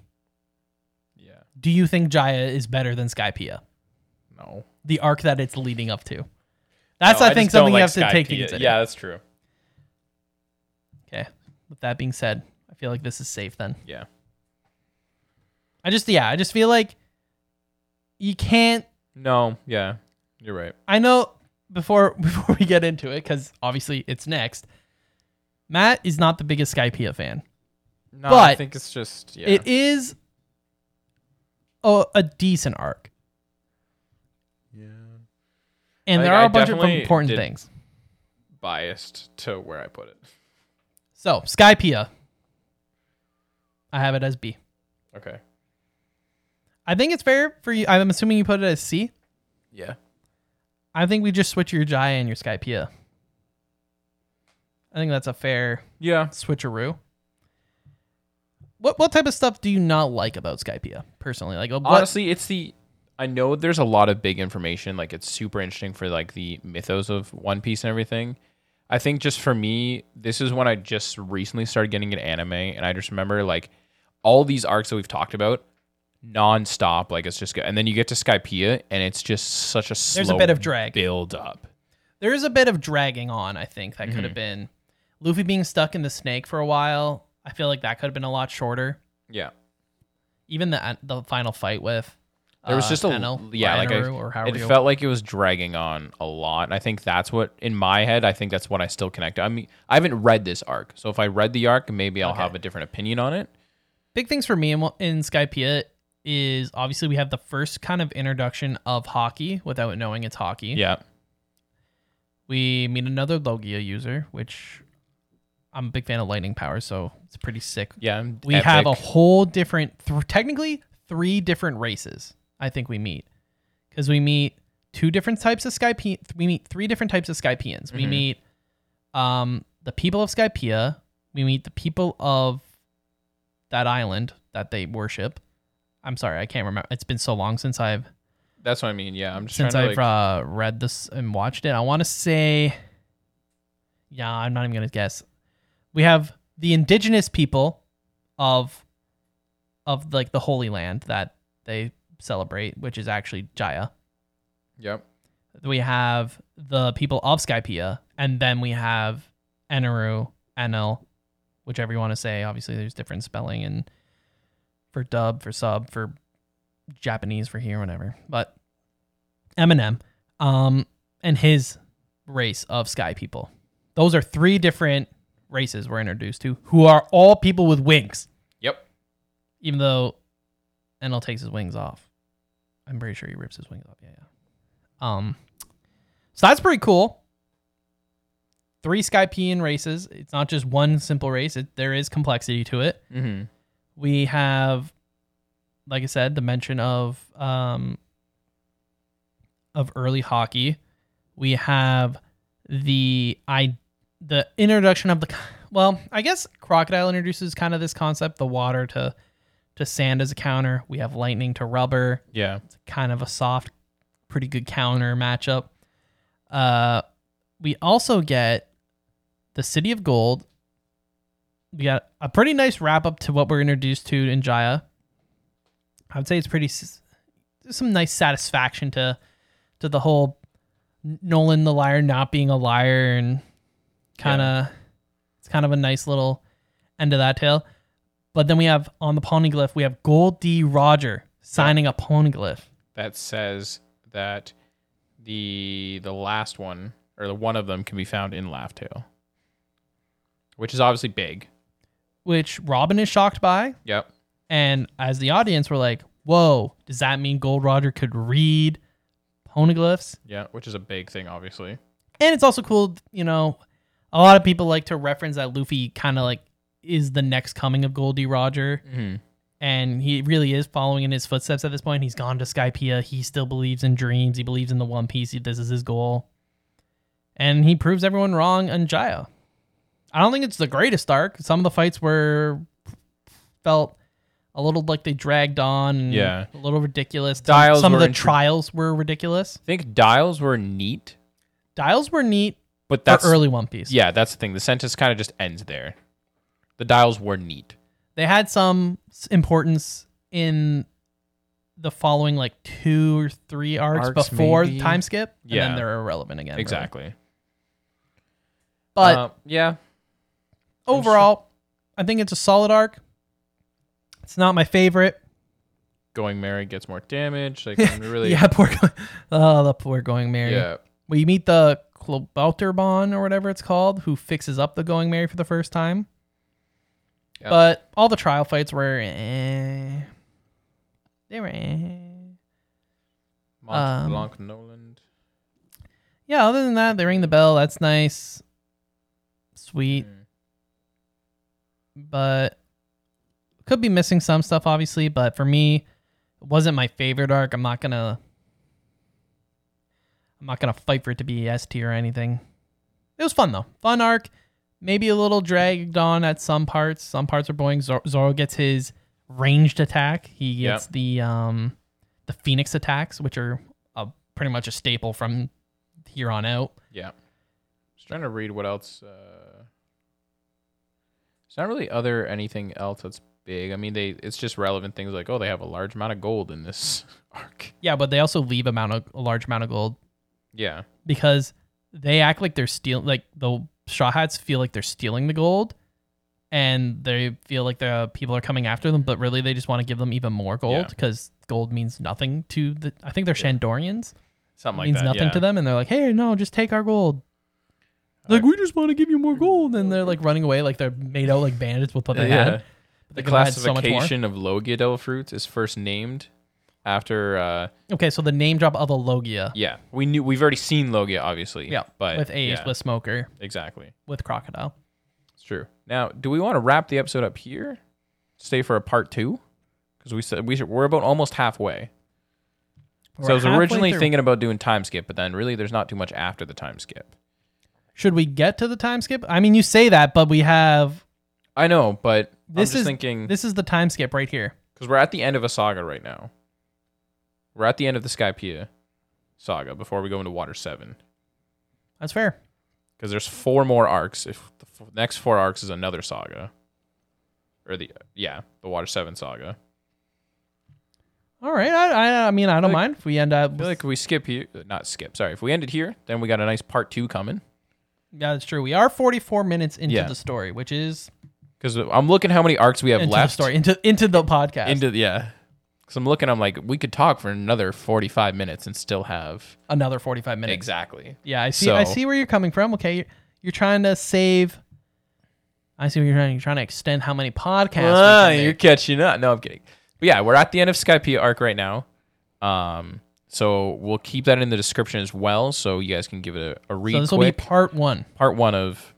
Speaker 3: Yeah.
Speaker 4: Do you think Jaya is better than Skypea?
Speaker 3: No.
Speaker 4: The arc that it's leading up to. That's,
Speaker 3: No,
Speaker 4: I think,
Speaker 3: just don't
Speaker 4: something you
Speaker 3: like
Speaker 4: have to
Speaker 3: Sky
Speaker 4: take
Speaker 3: P.
Speaker 4: into consideration.
Speaker 3: Yeah, that's true.
Speaker 4: Okay. With that being said, I feel like this is safe then.
Speaker 3: Yeah.
Speaker 4: I just, yeah, I just feel like you can't
Speaker 3: No. Yeah. You're right.
Speaker 4: I know before before we get into it, because obviously it's next. Matt is not the biggest Skypea fan.
Speaker 3: No, I
Speaker 4: But-
Speaker 3: think it's just yeah.
Speaker 4: It is a, a decent arc,
Speaker 3: yeah.
Speaker 4: and
Speaker 3: I think
Speaker 4: there are
Speaker 3: I
Speaker 4: a bunch of
Speaker 3: definitely
Speaker 4: important
Speaker 3: did-
Speaker 4: things.
Speaker 3: Biased to where I put it.
Speaker 4: So Skypea, I have it as B.
Speaker 3: Okay.
Speaker 4: I think it's fair for you. I'm assuming you put it as C.
Speaker 3: Yeah.
Speaker 4: I think we just switch your Jaya and your Skypea. I think that's a fair
Speaker 3: Yeah.
Speaker 4: switcheroo. What what type of stuff do you not like about Skypea personally? Like what,
Speaker 3: Honestly, it's the I know there's a lot of big information. Like it's super interesting for like the mythos of One Piece and everything. I think just for me, this is when I just recently started getting into anime, and I just remember like all these arcs that we've talked about nonstop. Like it's just good, and then you get to Skypea, and it's just such a slow
Speaker 4: There's a bit of drag.
Speaker 3: build up.
Speaker 4: there is a bit of dragging on. I think that could
Speaker 3: Mm-hmm.
Speaker 4: have been Luffy being stuck in the snake for a while. I feel like that could have been a lot shorter.
Speaker 3: Yeah.
Speaker 4: Even the the final fight with
Speaker 3: There was
Speaker 4: uh,
Speaker 3: just a
Speaker 4: Enel,
Speaker 3: yeah,
Speaker 4: or
Speaker 3: like
Speaker 4: Enaru,
Speaker 3: I-
Speaker 4: or however
Speaker 3: it
Speaker 4: you-
Speaker 3: felt like it was dragging on a lot, and I think that's what in my head. I think that's what I still connect. to. I mean, I haven't read this arc, so if I read the arc, maybe I'll have a different opinion on it.
Speaker 4: big things for me in, in Skypea is obviously we have the first kind of introduction of hockey without knowing it's hockey.
Speaker 3: Yeah,
Speaker 4: We meet another Logia user, which I'm a big fan of lightning power, so it's pretty sick.
Speaker 3: yeah.
Speaker 4: We have a whole different, th- technically three different races. I think we meet because we meet two different types of Skype. We meet three different types of Skypeans. We meet um, the people of Skypea. We meet the people of that island that they worship. I'm sorry, I can't remember. It's been so long since I've
Speaker 3: that's what I mean. Yeah, I'm just
Speaker 4: since
Speaker 3: trying
Speaker 4: I've
Speaker 3: to like,
Speaker 4: uh, read this and watched it. I want to say, yeah, I'm not even gonna guess. We have the indigenous people of of like the Holy Land that they celebrate, which is actually Jaya.
Speaker 3: yep,
Speaker 4: We have the people of Skypea, and then we have Enaru, Enel, whichever you want to say. Obviously, there's different spelling and for dub, for sub, for Japanese, for here, whatever. But Eminem, um, and his race of Sky people. Those are three different races we're introduced to, who are all people with wings.
Speaker 3: yep.
Speaker 4: Even though Enel takes his wings off. I'm pretty sure he rips his wings off. Yeah, yeah. Um so that's pretty cool. Three Skypean races. It's not just one simple race. It, there is complexity to it.
Speaker 3: Mm-hmm.
Speaker 4: We have, like I said, the mention of um, of early hockey. We have the I the introduction of the well, I guess crocodile introduces kind of this concept, the water to to sand as a counter. We have lightning to rubber.
Speaker 3: Yeah.
Speaker 4: It's kind of a soft, pretty good counter matchup. Uh, we also get the City of Gold. We got a pretty nice wrap up to what we're introduced to in Jaya. I would say it's pretty s- some nice satisfaction to to the whole Nolan the liar not being a liar and kind of it's kind of a nice little end of that tale. But then we have on the poneglyph we have Gold D Roger signing a poneglyph.
Speaker 3: That says that the the last one or the one of them can be found in Laughtail, which is obviously big.
Speaker 4: which Robin is shocked by.
Speaker 3: Yep.
Speaker 4: And as the audience, we're like, whoa, does that mean Gold Roger could read poneglyphs?
Speaker 3: Yeah, which is a big thing, obviously.
Speaker 4: And it's also cool, you know, a lot of people like to reference that Luffy kind of like is the next coming of Goldie Roger.
Speaker 3: Mhm.
Speaker 4: And he really is following in his footsteps at this point. He's gone to Skypea. He still believes in dreams. He believes in the One Piece. He- This is his goal. And he proves everyone wrong on Jaya. I don't think it's the greatest arc. Some of the fights were felt a little like they dragged on. and
Speaker 3: Yeah.
Speaker 4: A little ridiculous. Some-
Speaker 3: Dials
Speaker 4: Some of
Speaker 3: were
Speaker 4: the
Speaker 3: intro-
Speaker 4: trials were ridiculous.
Speaker 3: I think dials were neat,
Speaker 4: Dials were neat
Speaker 3: but
Speaker 4: for
Speaker 3: that's
Speaker 4: early One Piece.
Speaker 3: Yeah, that's the thing. The sentence kind of just ends there. The dials were neat.
Speaker 4: they had some s- importance in the following like two or three arcs,
Speaker 3: Arcs,
Speaker 4: before
Speaker 3: maybe.
Speaker 4: the time skip, and
Speaker 3: Yeah.
Speaker 4: then they're irrelevant again. really.
Speaker 3: Exactly.
Speaker 4: But
Speaker 3: Uh, yeah,
Speaker 4: overall, I think it's a solid arc. It's not my favorite.
Speaker 3: going Mary gets more damage. Like I'm really
Speaker 4: yeah, poor, oh, the poor going Mary.
Speaker 3: yeah.
Speaker 4: We meet the Klobauterbon or whatever it's called, who fixes up the going Mary for the first time.
Speaker 3: Yeah.
Speaker 4: But all the trial fights were, eh. they were. Eh.
Speaker 3: Mont
Speaker 4: Um,
Speaker 3: Blanc Noland.
Speaker 4: yeah, other than that, they ring the bell. That's nice. Sweet. But could be missing some stuff, obviously. But for me, it wasn't my favorite arc. I'm not gonna. I'm not gonna fight for it to be S tier or anything. It was fun though. Fun arc. Maybe a little dragged on at some parts. Some parts are boring. Zor- Zoro gets his ranged attack. He
Speaker 3: Yep.
Speaker 4: gets the um, the Phoenix attacks, which are uh, pretty much a staple from here on out.
Speaker 3: Yeah. Just trying to read what else. Uh, it's not really other anything else that's big. I mean, they it's just relevant things like oh they have a large amount of gold in this arc.
Speaker 4: Yeah, but they also leave amount of a large amount of gold
Speaker 3: Yeah.
Speaker 4: because they act like they're stealing. Like the Straw Hats feel like they're stealing the gold, and they feel like the people are coming after them. But really, they just want to give them even more gold
Speaker 3: Yeah.
Speaker 4: because gold means nothing to the. I think they're Shandorians.
Speaker 3: Something like
Speaker 4: means
Speaker 3: that.
Speaker 4: nothing
Speaker 3: yeah.
Speaker 4: to them, and they're like, "Hey, no, just take our gold."
Speaker 3: All
Speaker 4: Like we just want to give you more gold, and they're like running away, like they're made out like bandits with what they
Speaker 3: Yeah.
Speaker 4: had.
Speaker 3: The
Speaker 4: They could've had so much more.
Speaker 3: classification of Logiadel fruits is first named after uh
Speaker 4: Okay, so the name drop of a Logia.
Speaker 3: yeah. We knew we've already seen Logia obviously.
Speaker 4: Yeah,
Speaker 3: But
Speaker 4: with Ace,
Speaker 3: yeah,
Speaker 4: with Smoker,
Speaker 3: exactly.
Speaker 4: with Crocodile.
Speaker 3: It's true. Now, do we want to wrap the episode up here? Stay for a part two? Because we said we should, we're about almost halfway. so I was
Speaker 4: We're halfway
Speaker 3: originally
Speaker 4: through.
Speaker 3: thinking about doing time skip, but then really there's not too much after the time skip.
Speaker 4: Should we get to the time skip? I mean, you say that, but we have
Speaker 3: I know, but
Speaker 4: This
Speaker 3: I'm just
Speaker 4: is-
Speaker 3: thinking
Speaker 4: this is the time skip right here.
Speaker 3: because we're at the end of a saga right now. We're at the end of the Skypea saga before we go into Water Seven
Speaker 4: That's fair.
Speaker 3: because there's four more arcs. If the f- next four arcs is another saga, or the yeah, the Water Seven saga.
Speaker 4: All right. I, I, I mean, I don't
Speaker 3: Like-
Speaker 4: mind if we end up.
Speaker 3: I feel like if we skip here, not skip. Sorry, if we ended here, then we got a nice part two coming.
Speaker 4: yeah, that's true. We are 44 minutes into
Speaker 3: Yeah.
Speaker 4: the story, which is
Speaker 3: Because I'm looking how many arcs we have
Speaker 4: into
Speaker 3: left.
Speaker 4: the story, into into the podcast,
Speaker 3: Into the- yeah. Because I'm looking, I'm like, we could talk for another 45 minutes and still have
Speaker 4: another 45 minutes.
Speaker 3: exactly.
Speaker 4: Yeah, I see. I
Speaker 3: So-
Speaker 4: see where you're coming from. Okay, you're, you're trying to save I see what you're trying. You're trying to extend how many podcasts.
Speaker 3: Ah,
Speaker 4: we can
Speaker 3: you're
Speaker 4: make.
Speaker 3: catching up. No, I'm kidding. But yeah, we're at the end of Skype arc right now. Um, so we'll keep that in the description as well, so you guys can give it a, a read.
Speaker 4: So this will be
Speaker 3: quick.
Speaker 4: part one.
Speaker 3: part one of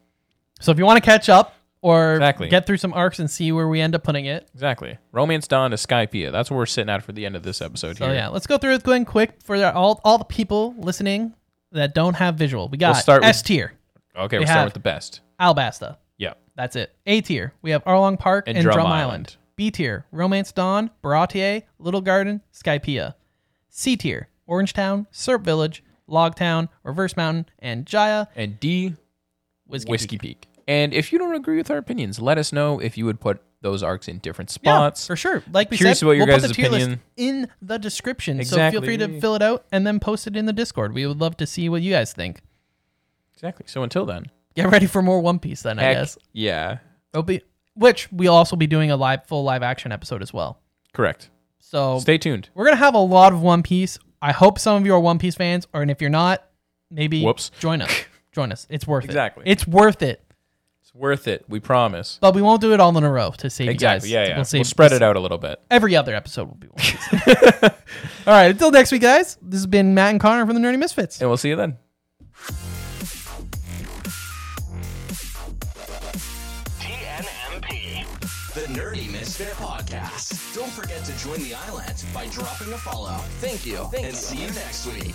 Speaker 4: So if you want to catch up or
Speaker 3: Exactly.
Speaker 4: get through some arcs and see where we end up putting it.
Speaker 3: exactly romance dawn to Skypea. That's what we're sitting at for the end of this episode.
Speaker 4: So
Speaker 3: here.
Speaker 4: Oh, yeah, let's go through it going quick for the- all all the people listening that don't have visual. We got
Speaker 3: start with-
Speaker 4: S tier,
Speaker 3: Okay,
Speaker 4: We
Speaker 3: we'll start
Speaker 4: have-
Speaker 3: with the best.
Speaker 4: Alabasta.
Speaker 3: Yeah.
Speaker 4: That's it. A tier, we have Arlong Park
Speaker 3: And
Speaker 4: and,
Speaker 3: Drum
Speaker 4: Drum,
Speaker 3: Island.
Speaker 4: Island. B tier, Romance Dawn, Baratier, Little Garden, Skypea. C tier, Orange Town, Serp Village, Log Town, Reverse Mountain, and Jaya.
Speaker 3: And D
Speaker 4: Whiskey.
Speaker 3: Whiskey Peak. And if you don't agree with our opinions, let us know if you would put those arcs in different
Speaker 4: Yeah,
Speaker 3: spots.
Speaker 4: for sure. Like we
Speaker 3: Curious
Speaker 4: said,
Speaker 3: about your
Speaker 4: we'll
Speaker 3: guys'
Speaker 4: put the tier
Speaker 3: opinion.
Speaker 4: list in the description. So
Speaker 3: Exactly.
Speaker 4: feel free to fill it out and then post it in the Discord. We would love to see what you guys think.
Speaker 3: Exactly. So until then,
Speaker 4: Get ready for more One Piece then, I
Speaker 3: heck
Speaker 4: guess.
Speaker 3: yeah,
Speaker 4: It'll be, which we'll also be doing a live full live action episode as well.
Speaker 3: correct.
Speaker 4: So
Speaker 3: Stay tuned.
Speaker 4: we're gonna have a lot of One Piece. I hope some of you are One Piece fans, or and if you're not, maybe
Speaker 3: Whoops.
Speaker 4: join us. Join us. It's worth
Speaker 3: Exactly.
Speaker 4: it. It's worth it.
Speaker 3: It's worth it. We promise.
Speaker 4: But we won't do it all in a row to save
Speaker 3: Exactly.
Speaker 4: you guys.
Speaker 3: Yeah, yeah. We'll,
Speaker 4: We'll, save,
Speaker 3: spread it out a little bit.
Speaker 4: Every other episode will be One Piece. all right. Until next week, guys. This has been Matt and Connor from the Nerdy Misfits.
Speaker 3: And we'll see you then.
Speaker 1: TNMP, the Nerdy Misfit Podcast. Don't forget to join the island by dropping a follow. Thank you, and see you next week.